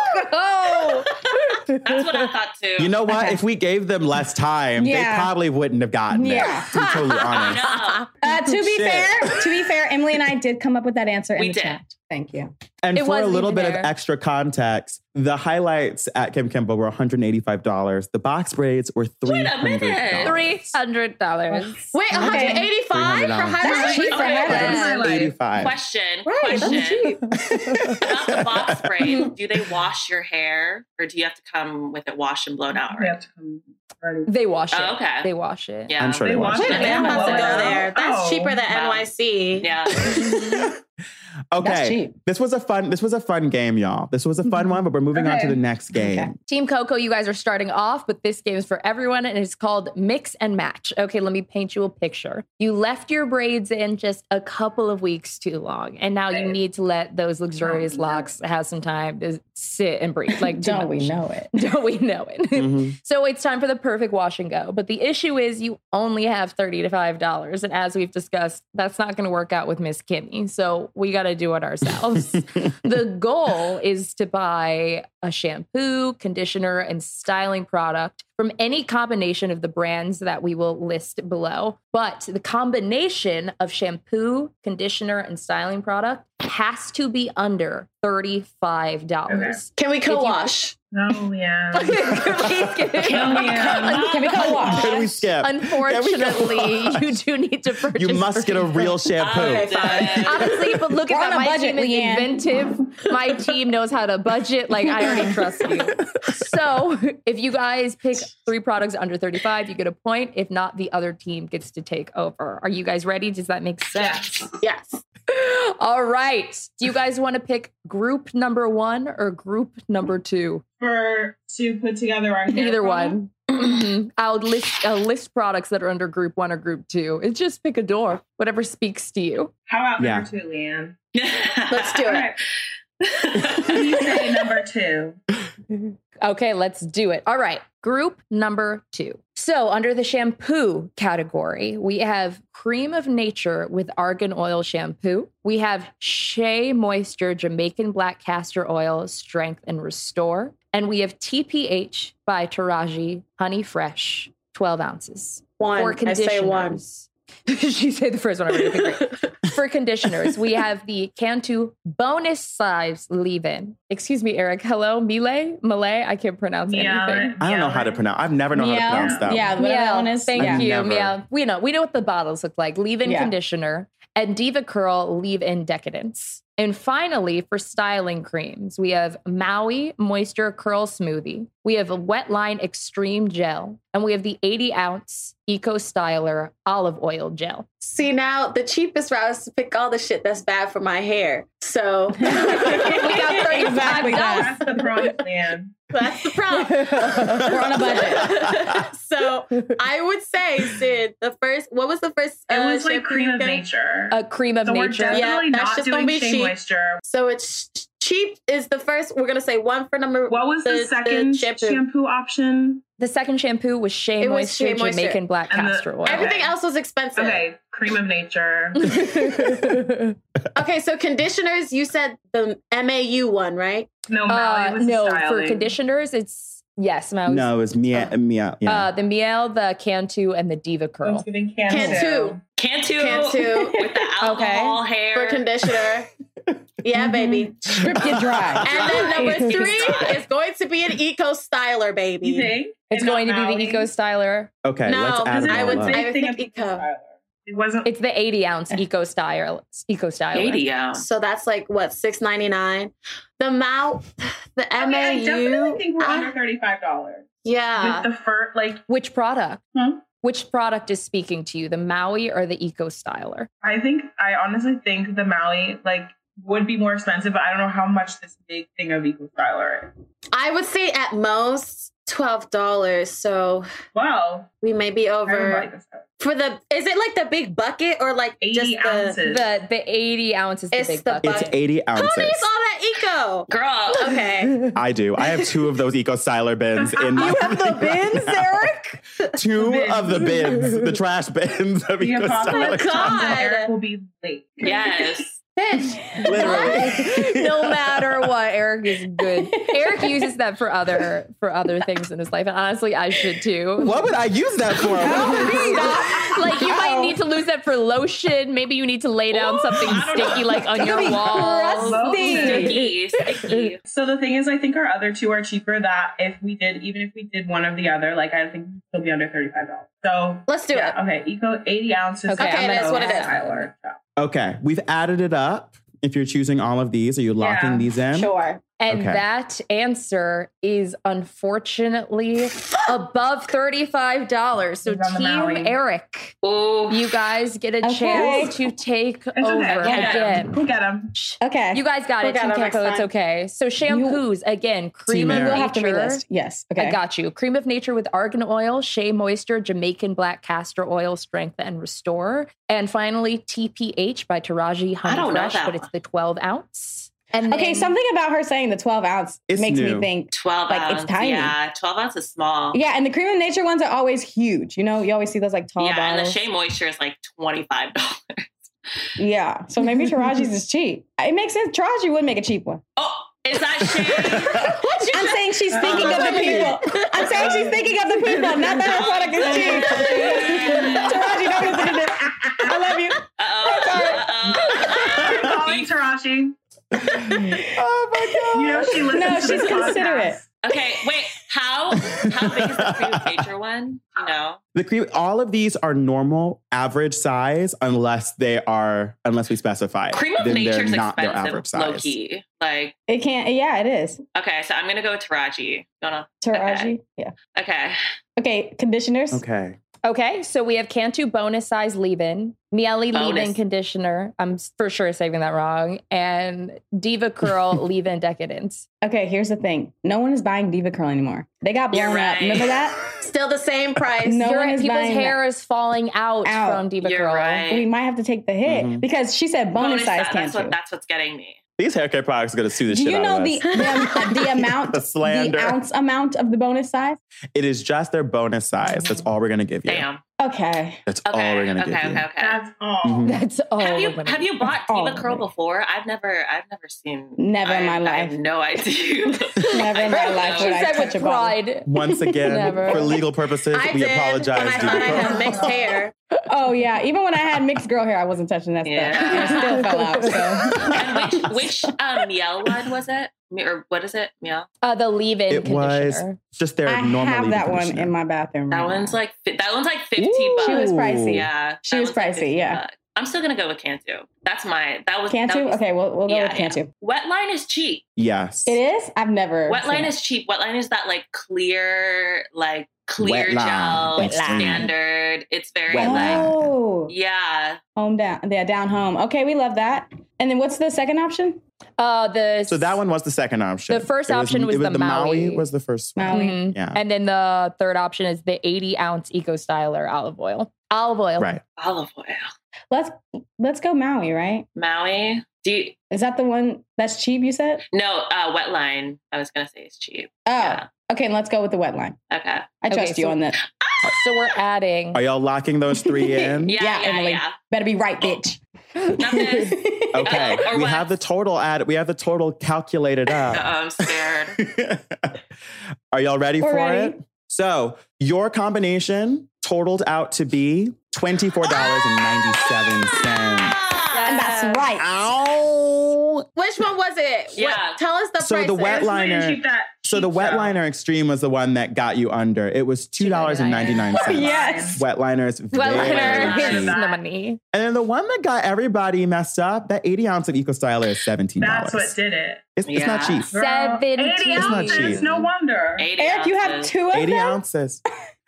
Speaker 4: is a point for Team [LAUGHS] Coco.
Speaker 3: That's what I thought too.
Speaker 1: You know what?
Speaker 2: Okay.
Speaker 1: If we gave them less time,
Speaker 2: Yeah.
Speaker 1: they probably wouldn't have gotten
Speaker 2: Yeah.
Speaker 1: it. To be totally honest.
Speaker 5: [LAUGHS]
Speaker 3: I
Speaker 2: Uh, to be
Speaker 1: Shit.
Speaker 2: fair, to be fair, Emily and I did come up with that answer in
Speaker 3: We
Speaker 2: the
Speaker 3: did.
Speaker 2: chat. Thank you.
Speaker 1: And
Speaker 4: It
Speaker 1: for a
Speaker 4: wasn't
Speaker 1: little
Speaker 4: even
Speaker 1: bit
Speaker 4: there.
Speaker 1: of extra context, the highlights at Kim Kimball were $185. The box braids were
Speaker 3: Wait
Speaker 1: $300.
Speaker 3: a minute.
Speaker 4: Three hundred dollars.
Speaker 5: wait, one hundred eighty-five for
Speaker 1: $300.
Speaker 2: That's
Speaker 5: highlight.
Speaker 2: cheap for
Speaker 3: Okay.
Speaker 2: highlights.
Speaker 3: know.
Speaker 1: 85
Speaker 3: Question.
Speaker 5: Right, that's
Speaker 3: question. About the
Speaker 1: [LAUGHS]
Speaker 3: box braid, do they wash your hair or do you have to come with it washed and blown out?
Speaker 7: Oh, We have to come ready.
Speaker 4: They wash it.
Speaker 3: Oh, okay.
Speaker 4: They wash it.
Speaker 3: Yeah.
Speaker 1: I'm sure
Speaker 7: They
Speaker 1: they watched
Speaker 7: watched
Speaker 5: Wait
Speaker 1: it.
Speaker 5: a minute, I'm about to go there. That's
Speaker 7: Oh.
Speaker 5: cheaper than
Speaker 3: Wow.
Speaker 5: NYC. [LAUGHS]
Speaker 3: Yeah.
Speaker 2: That's
Speaker 1: Okay.
Speaker 2: cheap.
Speaker 1: This was a fun this was a fun game, y'all. This was a fun one, but we're moving on to
Speaker 7: Okay.
Speaker 1: the next game.
Speaker 2: Okay.
Speaker 4: Team Coco, you guys are starting off, but this game is for everyone and it's called Mix and Match. Okay, let me paint you a picture. You left your braids in just a couple of weeks too long, and now you need to let those luxurious locks have some time to sit and breathe. Like, too
Speaker 2: Don't we
Speaker 4: much.
Speaker 2: know it?
Speaker 4: [LAUGHS] Don't we know it?
Speaker 1: Mhm.
Speaker 4: [LAUGHS] So it's time for the perfect wash and go. But the issue is you only have 30 to $5. And as we've discussed, that's not going to work out with Miss Kimmy. So we got to do
Speaker 1: [LAUGHS]
Speaker 4: it ourselves. the goal is to buy a shampoo, conditioner, and styling product from any combination of the brands that we will list below. But the combination of shampoo, conditioner, and styling product has to be under $35.
Speaker 5: Can we co-wash?
Speaker 7: No, Oh, yeah.
Speaker 4: [LAUGHS] Can we-
Speaker 2: Can we go wash?
Speaker 1: Can we skip? [LAUGHS]
Speaker 4: Unfortunately,
Speaker 1: watch?
Speaker 4: you do need to purchase.
Speaker 1: You must get a
Speaker 4: braids.
Speaker 1: real
Speaker 5: [LAUGHS]
Speaker 1: shampoo.
Speaker 3: Oh,
Speaker 5: uh,
Speaker 3: dang.
Speaker 4: Honestly, but look at
Speaker 2: We're
Speaker 4: that.
Speaker 2: on a
Speaker 4: My
Speaker 2: budget,
Speaker 4: team is
Speaker 2: Leanne.
Speaker 4: inventive. My team knows how to budget. Like I already trust
Speaker 2: [LAUGHS]
Speaker 4: you. So if you guys pick three products under thirty-five, you get a point. If not, the other team gets to take over. Are you guys ready? Does that make sense?
Speaker 5: Yes.
Speaker 4: [LAUGHS] All right. Do you guys want to pick group number one or group number two?
Speaker 7: For to put together our hair
Speaker 4: Either
Speaker 7: product?
Speaker 4: one. [CLEARS THROAT] Mhm. I'll list I'll list products that are under group one or group two. It's just pick a door, whatever speaks to you.
Speaker 7: How about
Speaker 1: Yeah.
Speaker 7: number two, Leanne?
Speaker 3: Let's [LAUGHS]
Speaker 7: All right. you say number two.
Speaker 4: Okay, let's do it. All right, group number two. So, under the shampoo category, we have Cream of Nature with Argan Oil Shampoo. We have Shea Moisture Jamaican Black Castor Oil Strength and Restore. And we have TPH by Taraji Honey Fresh, 12 ounces. For
Speaker 5: One. I say one.
Speaker 4: conditioners. [LAUGHS] she said the first one already.
Speaker 5: [LAUGHS]
Speaker 4: Okay, great. For conditioners,
Speaker 2: [LAUGHS]
Speaker 4: we have the Cantu bonus size leave in. Excuse me, Eric. Hello, Mile? Malay? I can't pronounce anything.
Speaker 7: Yeah.
Speaker 1: I don't know how to pronounce. I've never known how to pronounce that.
Speaker 2: Yeah,
Speaker 1: one.
Speaker 2: whatever that one
Speaker 4: Meow.
Speaker 2: is.
Speaker 4: Thank
Speaker 2: yeah.
Speaker 4: you.
Speaker 1: Never.
Speaker 4: Meow. We know we know what the bottles look like. Leave-in
Speaker 2: Yeah.
Speaker 4: conditioner and Diva Curl leave-in decadence. And finally, for styling creams, we have Maui Moisture Curl Smoothie. We have Wet Line Extreme Gel, and we have the 80 ounce Eco Styler Olive Oil Gel.
Speaker 5: See now, the cheapest route is to pick all the shit that's bad for my hair. [LAUGHS] So
Speaker 4: We got $35.
Speaker 2: Exactly that.
Speaker 7: That's the promise, Leanne.
Speaker 5: that's the problem.
Speaker 2: We're on a budget.
Speaker 5: so I would say, Sid, the first. What was the first?
Speaker 7: It
Speaker 5: uh,
Speaker 7: was like
Speaker 5: shampoo
Speaker 7: cream
Speaker 5: you
Speaker 7: of
Speaker 5: got?
Speaker 7: nature.
Speaker 4: A cream of
Speaker 7: so we're
Speaker 4: nature.
Speaker 7: definitely
Speaker 5: Yeah, that's
Speaker 7: not
Speaker 5: just
Speaker 7: doing
Speaker 5: gonna be
Speaker 7: shea
Speaker 5: cheap.
Speaker 7: moisture.
Speaker 5: So it's ch- cheap is the first. We're gonna say one for number.
Speaker 7: What was the, second shampoo. option?
Speaker 4: The second shampoo was Shea
Speaker 5: It was
Speaker 4: Moisture
Speaker 5: Shea Moisture.
Speaker 4: Jamaican Black
Speaker 7: And the-
Speaker 4: Castor Oil.
Speaker 5: Everything
Speaker 7: Okay.
Speaker 5: else was expensive. Okay.
Speaker 7: Okay, cream of nature.
Speaker 5: [LAUGHS] so conditioners. You said the MAU one, right?
Speaker 7: No, Mallory
Speaker 4: Uh,
Speaker 7: was
Speaker 4: no, for
Speaker 7: styling.
Speaker 4: conditioners, it's yes,
Speaker 1: [LAUGHS]
Speaker 4: Mouse.
Speaker 1: No, it was Mia. Mia. Yeah.
Speaker 4: Uh, the Miel, the Cantu, and the Diva
Speaker 7: I was
Speaker 4: Curl.
Speaker 7: giving Cantu.
Speaker 5: Cantu
Speaker 3: Cantu,
Speaker 5: Cantu.
Speaker 3: with the alcohol hair.
Speaker 5: for
Speaker 7: [LAUGHS]
Speaker 5: conditioner. yeah, baby.
Speaker 7: Mm-hmm.
Speaker 2: Strip you dry.
Speaker 5: And then number three is going to be an eco styler, baby.
Speaker 7: You think?
Speaker 4: It's
Speaker 7: And not
Speaker 4: going to be the
Speaker 7: Mallory?
Speaker 4: Eco Styler.
Speaker 1: [LAUGHS] okay,
Speaker 5: no,
Speaker 1: let's add
Speaker 5: because
Speaker 1: them
Speaker 5: I
Speaker 1: all
Speaker 5: would
Speaker 1: up.
Speaker 5: say-
Speaker 7: Same thing as
Speaker 5: think
Speaker 7: the
Speaker 5: Eco.
Speaker 7: Styler. It wasn't.
Speaker 4: It's the
Speaker 5: [LAUGHS]
Speaker 4: 80 ounce Eco Styler. Eco Styler.
Speaker 3: 80 ounce.
Speaker 5: So that's like what six ninety nine. The mouth, the
Speaker 7: I, mean, I
Speaker 5: MAU.
Speaker 7: definitely think we're
Speaker 5: I-
Speaker 7: under thirty-five dollars
Speaker 5: Ah, yeah,
Speaker 7: ah. with the fur. Like
Speaker 4: Which product?
Speaker 7: Hmm?
Speaker 4: Which product is speaking to you, the Maui or the Eco Styler?
Speaker 7: I think I honestly think the Maui like would be more expensive, but I don't know how much this big thing of Eco Styler is.
Speaker 5: I would say at most twelve dollars. So
Speaker 7: Wow,
Speaker 5: we may be
Speaker 7: I would
Speaker 5: over
Speaker 7: like this.
Speaker 5: for the. Is it like the big bucket or like just
Speaker 7: Eighty
Speaker 5: the?
Speaker 7: ounces.
Speaker 4: The the 80 ounce is the
Speaker 5: It's
Speaker 4: big
Speaker 5: the
Speaker 4: bucket.
Speaker 1: It's
Speaker 5: Bye.
Speaker 1: 80
Speaker 5: Who
Speaker 1: ounces.
Speaker 5: needs all that
Speaker 7: [LAUGHS]
Speaker 5: eco?
Speaker 3: Girl,
Speaker 5: Okay,
Speaker 1: I do. I have two of those Eco Styler
Speaker 4: [LAUGHS]
Speaker 1: bins in my.
Speaker 2: You
Speaker 1: [LAUGHS]
Speaker 2: have the bins, Eric?
Speaker 1: two
Speaker 7: bins.
Speaker 1: of the bins, the trash bins of
Speaker 7: The
Speaker 1: Eco Styler.
Speaker 7: apocalypse comes and
Speaker 5: Oh God.
Speaker 7: Eric will be late. [LAUGHS]
Speaker 3: yes.
Speaker 5: bitch.
Speaker 1: Literally.
Speaker 4: no matter what, Eric is good. [LAUGHS] Eric uses that for other for other things in his life, and honestly, I should
Speaker 5: [LAUGHS]
Speaker 4: too.
Speaker 1: What would I use that for?
Speaker 4: Stop. [LAUGHS] Like you might need to lose that for lotion. Maybe you need to lay down something sticky, like on your
Speaker 2: It'll be
Speaker 4: wall.
Speaker 2: crusty.
Speaker 3: Sticky, sticky.
Speaker 7: So the thing is, I think our other two are cheaper. That if we did, even if we did one of the other, like I think we'd still be under thirty five dollars. So
Speaker 5: Let's do
Speaker 7: yeah, okay, eco eighty ounces.
Speaker 4: Okay, Okay, I'm
Speaker 5: it gonna- is what it is.
Speaker 7: Tyler, so.
Speaker 1: okay, we've added it up. If you're choosing all of these, are you locking
Speaker 7: Yeah,
Speaker 1: these in?
Speaker 5: it. Sure.
Speaker 4: And
Speaker 1: Okay.
Speaker 4: that answer is
Speaker 7: [LAUGHS]
Speaker 4: unfortunately above thirty-five dollars. So
Speaker 7: He's on the Maui.
Speaker 4: team Eric,
Speaker 3: Oh,
Speaker 4: you guys get a
Speaker 2: Okay.
Speaker 4: chance to take
Speaker 7: It's
Speaker 4: over
Speaker 7: okay. We'll get 'em.
Speaker 4: again.
Speaker 7: We'll get them.
Speaker 2: Okay.
Speaker 4: You guys got
Speaker 5: We
Speaker 4: it,
Speaker 5: got
Speaker 4: Team
Speaker 5: it next
Speaker 4: Keiko. It's
Speaker 5: time.
Speaker 4: okay. So shampoos again, cream
Speaker 1: Team
Speaker 4: of
Speaker 1: Eric.
Speaker 2: will
Speaker 4: nature.
Speaker 2: have to relist. Yes. Okay.
Speaker 4: I got you. Cream of Nature with Argan Oil, Shea Moisture, Jamaican Black Castor Oil, Strength and Restore. And finally, TPH by Taraji Honey
Speaker 3: I don't know
Speaker 4: Fresh,
Speaker 3: that
Speaker 4: but it's the 12 ounce. And
Speaker 2: Okay,
Speaker 4: then-
Speaker 2: something about her saying the 12 ounce
Speaker 1: It's
Speaker 2: makes
Speaker 1: new.
Speaker 2: me think.
Speaker 3: 12
Speaker 2: Like, it's
Speaker 3: ounce.
Speaker 2: tiny.
Speaker 3: Yeah, 12 ounce is small.
Speaker 2: Yeah, and the cream of nature ones are always huge. You know, you always see those like tall
Speaker 3: Yeah, and the
Speaker 2: bottles.
Speaker 3: Shea Moisture is like $25.
Speaker 2: yeah. So maybe Taraji's is cheap. It makes sense. Taraji would make a cheap one.
Speaker 3: Oh, is
Speaker 2: [LAUGHS]
Speaker 3: that Shea?
Speaker 2: What I'm saying
Speaker 3: [LAUGHS]
Speaker 2: she's thinking of the people. I'm saying she's thinking of the people, not that her product is cheap.
Speaker 3: [LAUGHS]
Speaker 2: Taraji, don't listen to this. I love you.
Speaker 3: Uh-oh.
Speaker 7: We're calling Taraji.
Speaker 1: [LAUGHS] Oh
Speaker 7: You know she listens
Speaker 2: No,
Speaker 7: to
Speaker 2: she's
Speaker 7: this podcast.
Speaker 2: considerate.
Speaker 3: okay, wait. How how big is the cream of nature one? You know.
Speaker 1: The cream. All of these are normal, average size, unless they are unless we specify. it.
Speaker 3: Cream of
Speaker 1: then
Speaker 3: nature
Speaker 1: they're
Speaker 3: is
Speaker 1: not their
Speaker 3: expensive,
Speaker 1: average size.
Speaker 3: low key. Like,
Speaker 2: It can't. Yeah, it is.
Speaker 3: okay, so I'm gonna go with Taraji. Don't know.
Speaker 2: Taraji. Yeah.
Speaker 3: Okay.
Speaker 2: Okay, conditioners.
Speaker 1: Okay.
Speaker 4: Okay, so we have Cantu bonus size leave-in, Mieli leave-in
Speaker 3: Bonus.
Speaker 4: conditioner. I'm for sure saving that wrong, and Diva Curl
Speaker 2: [LAUGHS]
Speaker 4: leave-in decadence.
Speaker 2: Okay, here's the thing. No one is buying Diva Curl anymore. They got blown
Speaker 3: You're
Speaker 2: up.
Speaker 3: right.
Speaker 2: Remember that?
Speaker 5: Still the same price.
Speaker 1: [LAUGHS]
Speaker 2: No
Speaker 4: You're
Speaker 2: one
Speaker 4: right,
Speaker 2: is
Speaker 4: people's
Speaker 2: buying that.
Speaker 4: hair is falling out,
Speaker 2: Out.
Speaker 4: from Diva
Speaker 3: You're
Speaker 4: Curl.
Speaker 3: right.
Speaker 2: We might have to take the hit
Speaker 1: Mm-hmm.
Speaker 2: because she said bonus, size
Speaker 3: that-
Speaker 2: can't
Speaker 3: that's what
Speaker 2: do.
Speaker 3: that's what's getting me.
Speaker 1: These hair care products are gonna sue the
Speaker 2: Do
Speaker 1: shit
Speaker 2: you
Speaker 1: out
Speaker 2: know
Speaker 1: of
Speaker 2: the
Speaker 1: us.
Speaker 2: [LAUGHS] the, um, the
Speaker 1: [LAUGHS]
Speaker 2: amount,
Speaker 1: The
Speaker 2: the,
Speaker 1: slander.
Speaker 2: ounce amount of the bonus size?
Speaker 1: It is just their bonus size. That's all we're gonna give you.
Speaker 3: Damn.
Speaker 1: [LAUGHS]
Speaker 2: Okay,
Speaker 1: That's all
Speaker 3: Okay.
Speaker 1: we're gonna
Speaker 3: okay,
Speaker 1: give you.
Speaker 3: okay. Okay.
Speaker 7: That's all.
Speaker 1: Mhm.
Speaker 2: [LAUGHS]
Speaker 4: That's all.
Speaker 3: have you
Speaker 4: we're gonna
Speaker 3: have
Speaker 4: do.
Speaker 3: you bought
Speaker 2: all
Speaker 3: Diva
Speaker 2: of
Speaker 3: Curl
Speaker 2: it.
Speaker 3: before? I've never I've never seen.
Speaker 2: Never in
Speaker 3: I-
Speaker 2: my
Speaker 3: I have
Speaker 2: life.
Speaker 3: no [LAUGHS] idea.
Speaker 2: never in my
Speaker 3: I
Speaker 2: life
Speaker 3: know.
Speaker 2: would
Speaker 4: She
Speaker 2: I
Speaker 4: said
Speaker 2: touch
Speaker 4: with
Speaker 2: a bottle.
Speaker 4: pride.
Speaker 1: Once again,
Speaker 4: Never.
Speaker 1: for legal purposes,
Speaker 5: I
Speaker 1: we
Speaker 5: did when I
Speaker 1: apologize.
Speaker 5: thought I
Speaker 1: Diva Curl.
Speaker 5: had mixed hair.
Speaker 2: Oh yeah, even when I had mixed girl hair, I wasn't touching that stuff.
Speaker 3: Yeah.
Speaker 2: And it still [LAUGHS] fell out.
Speaker 1: [LAUGHS]
Speaker 2: So
Speaker 3: and which
Speaker 2: [LAUGHS]
Speaker 3: which um, Miel one was it? Mi- Or what is it? Miel.
Speaker 4: Uh, the leave-in
Speaker 1: It was
Speaker 4: conditioner.
Speaker 1: just their
Speaker 2: I
Speaker 1: normal
Speaker 2: have
Speaker 1: leave-in
Speaker 2: that one
Speaker 1: conditioner.
Speaker 2: in my bathroom.
Speaker 3: That
Speaker 2: right
Speaker 3: one's
Speaker 2: now.
Speaker 3: like fi- that one's like fifteen bucks.
Speaker 2: she was pricey.
Speaker 3: Yeah,
Speaker 2: She
Speaker 3: that
Speaker 2: was
Speaker 3: one's like
Speaker 2: pricey,
Speaker 3: 15
Speaker 2: yeah.
Speaker 3: bucks. I'm still gonna go with Cantu. That's my that was that
Speaker 2: Cantu.
Speaker 3: was-
Speaker 2: Okay, we'll we'll go
Speaker 3: Yeah,
Speaker 2: with Cantu.
Speaker 3: Wet line is cheap.
Speaker 1: Yes.
Speaker 2: It is. I've never.
Speaker 3: Wet
Speaker 2: seen
Speaker 3: line
Speaker 2: it.
Speaker 3: is cheap. Wet line is that like clear, like clear
Speaker 1: Wet line.
Speaker 3: gel
Speaker 1: Wet line.
Speaker 3: standard. It's very
Speaker 1: Wet
Speaker 3: like
Speaker 1: line.
Speaker 2: Oh,
Speaker 3: yeah.
Speaker 2: home down. Yeah, down home. Okay, we love that. And then what's the second option?
Speaker 4: Uh, the
Speaker 1: So that one was the second option.
Speaker 4: The first
Speaker 1: It
Speaker 4: option was
Speaker 1: it
Speaker 4: the Maui.
Speaker 1: was the first one.
Speaker 2: Maui.
Speaker 4: Mhm.
Speaker 1: Yeah.
Speaker 4: And then the third option is the 80 ounce Eco Styler olive oil. Olive oil.
Speaker 1: Right.
Speaker 3: Olive oil.
Speaker 2: Let's let's go Maui. Right?
Speaker 3: Maui. Do you,
Speaker 2: Is that the one that's cheap? You said.
Speaker 3: no, uh wet line. I was gonna say it's cheap.
Speaker 2: Oh,
Speaker 3: Yeah.
Speaker 2: okay. Let's go with the wet line.
Speaker 3: Okay.
Speaker 2: I
Speaker 4: Okay,
Speaker 2: trust you
Speaker 4: so-
Speaker 2: on that.
Speaker 4: So we're adding.
Speaker 1: Are y'all locking those three
Speaker 2: [LAUGHS]
Speaker 1: in?
Speaker 2: Yeah,
Speaker 3: Yeah, yeah, yeah.
Speaker 2: Emily. Better be right, bitch. [LAUGHS]
Speaker 3: Nothing.
Speaker 1: Okay.
Speaker 3: Or
Speaker 1: we
Speaker 3: what?
Speaker 1: have the total add. We have the total calculated
Speaker 3: Uh-oh,
Speaker 1: up.
Speaker 3: I'm scared.
Speaker 1: [LAUGHS] Are y'all ready
Speaker 2: We're
Speaker 1: for
Speaker 2: ready.
Speaker 1: it? So your combination totaled out to be twenty four dollars and ninety seven cents.
Speaker 2: And that's right.
Speaker 1: Ow!
Speaker 5: Ah. Which one was it? What-
Speaker 3: Yeah.
Speaker 5: tell us the
Speaker 1: So
Speaker 5: prices.
Speaker 1: the wet
Speaker 7: That's why you
Speaker 1: liner-
Speaker 7: keep that
Speaker 1: So the
Speaker 7: cheap
Speaker 1: wet
Speaker 7: stuff.
Speaker 1: liner extreme was the one that got you under. It was two dollars and ninety nine
Speaker 7: [LAUGHS]
Speaker 1: cents.
Speaker 2: yes.
Speaker 1: Wet liner is very
Speaker 4: Well, [LAUGHS]
Speaker 3: Yeah.
Speaker 4: Leonard
Speaker 7: Yeah.
Speaker 4: hits
Speaker 1: cheap.
Speaker 7: Yeah.
Speaker 4: the money.
Speaker 1: And then the one that got everybody messed up, that 80 ounce of Eco Styler is $17.
Speaker 7: That's what did it.
Speaker 1: It's, it's not
Speaker 3: Yeah.
Speaker 1: cheap.
Speaker 7: Girl,
Speaker 4: 17.
Speaker 7: 80
Speaker 4: It's
Speaker 1: not
Speaker 7: ounces,
Speaker 1: cheap.
Speaker 7: no wonder.
Speaker 3: Eighty
Speaker 2: Eric, you have
Speaker 3: ounces.
Speaker 2: two of
Speaker 1: 80
Speaker 2: them.
Speaker 1: ounces.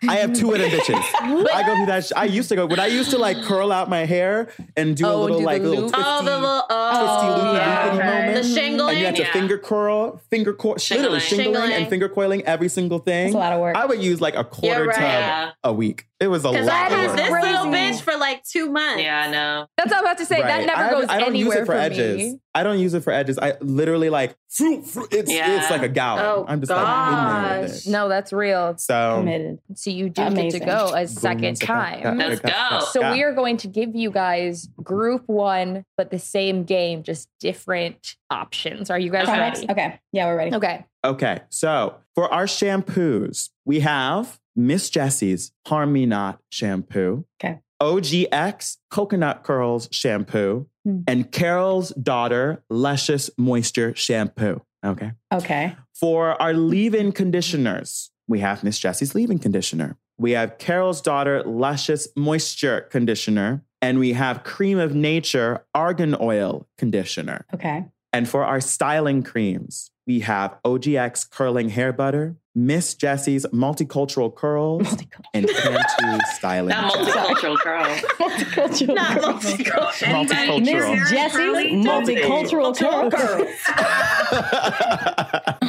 Speaker 1: I have two of them bitches. I go through that. Sh- I used to go, when I used to like curl out my hair and do a
Speaker 4: Oh,
Speaker 1: little
Speaker 4: do the
Speaker 1: like little
Speaker 4: loop.
Speaker 1: twisty,
Speaker 5: Oh, the little
Speaker 1: twisty
Speaker 5: oh,
Speaker 1: loopy
Speaker 7: yeah.
Speaker 1: looping
Speaker 7: Okay.
Speaker 1: moment.
Speaker 5: the
Speaker 1: and you
Speaker 5: shingling.
Speaker 1: had to
Speaker 3: yeah.
Speaker 1: finger curl, finger curl, literally
Speaker 3: Shingling.
Speaker 1: shingling and
Speaker 5: Shingling.
Speaker 1: finger coiling every single thing.
Speaker 2: That's a lot of work.
Speaker 1: I would use like a quarter
Speaker 5: right.
Speaker 1: tub
Speaker 3: Yeah.
Speaker 1: a week. It was a lot.
Speaker 5: Because I
Speaker 1: of
Speaker 5: had
Speaker 1: work.
Speaker 5: this
Speaker 4: Crazy.
Speaker 5: little bitch for like two months.
Speaker 3: Yeah, no.
Speaker 4: That's what I'm about to say. That
Speaker 1: Right.
Speaker 4: never
Speaker 1: I,
Speaker 4: goes
Speaker 1: I don't
Speaker 4: anywhere
Speaker 1: use it for, edges.
Speaker 4: me.
Speaker 1: I don't use it for edges. I literally like fruit, fruit. It's
Speaker 3: Yeah.
Speaker 1: it's like a gallon.
Speaker 5: Oh,
Speaker 1: I'm just like in there with
Speaker 5: gosh.
Speaker 1: it.
Speaker 4: No, that's real.
Speaker 1: So
Speaker 2: Committed.
Speaker 4: So you do get
Speaker 2: Amazing.
Speaker 4: to go a second
Speaker 1: Boom,
Speaker 4: time.
Speaker 3: Let's go.
Speaker 4: So we are going to give you guys group one, but the same game, just different options. Are you guys
Speaker 3: Okay.
Speaker 4: ready?
Speaker 2: Okay. Yeah, we're ready.
Speaker 4: Okay. [LAUGHS]
Speaker 1: okay. So for our shampoos, we have Miss Jessie's Harm Me Not shampoo.
Speaker 2: Okay.
Speaker 1: OGX Coconut Curls shampoo
Speaker 2: Hmm.
Speaker 1: and Carol's Daughter Luscious Moisture shampoo. Okay.
Speaker 2: Okay.
Speaker 1: For our leave in conditioners, we have Miss Jessie's leave in conditioner. We have Carol's Daughter Luscious Moisture Conditioner. And we have Cream of Nature Argan Oil Conditioner.
Speaker 2: Okay.
Speaker 1: And for our styling creams, we have OGX Curling Hair Butter, Miss Jessie's Multicultural Curls, and Cantu
Speaker 3: [LAUGHS]
Speaker 1: Styling.
Speaker 3: Not
Speaker 1: Gel.
Speaker 3: multicultural girl.
Speaker 2: Multicultural.
Speaker 5: Not
Speaker 7: [LAUGHS]
Speaker 5: multicultural.
Speaker 1: Multicultural.
Speaker 2: Miss
Speaker 7: Curly
Speaker 2: Jessie's multicultural curl. [LAUGHS]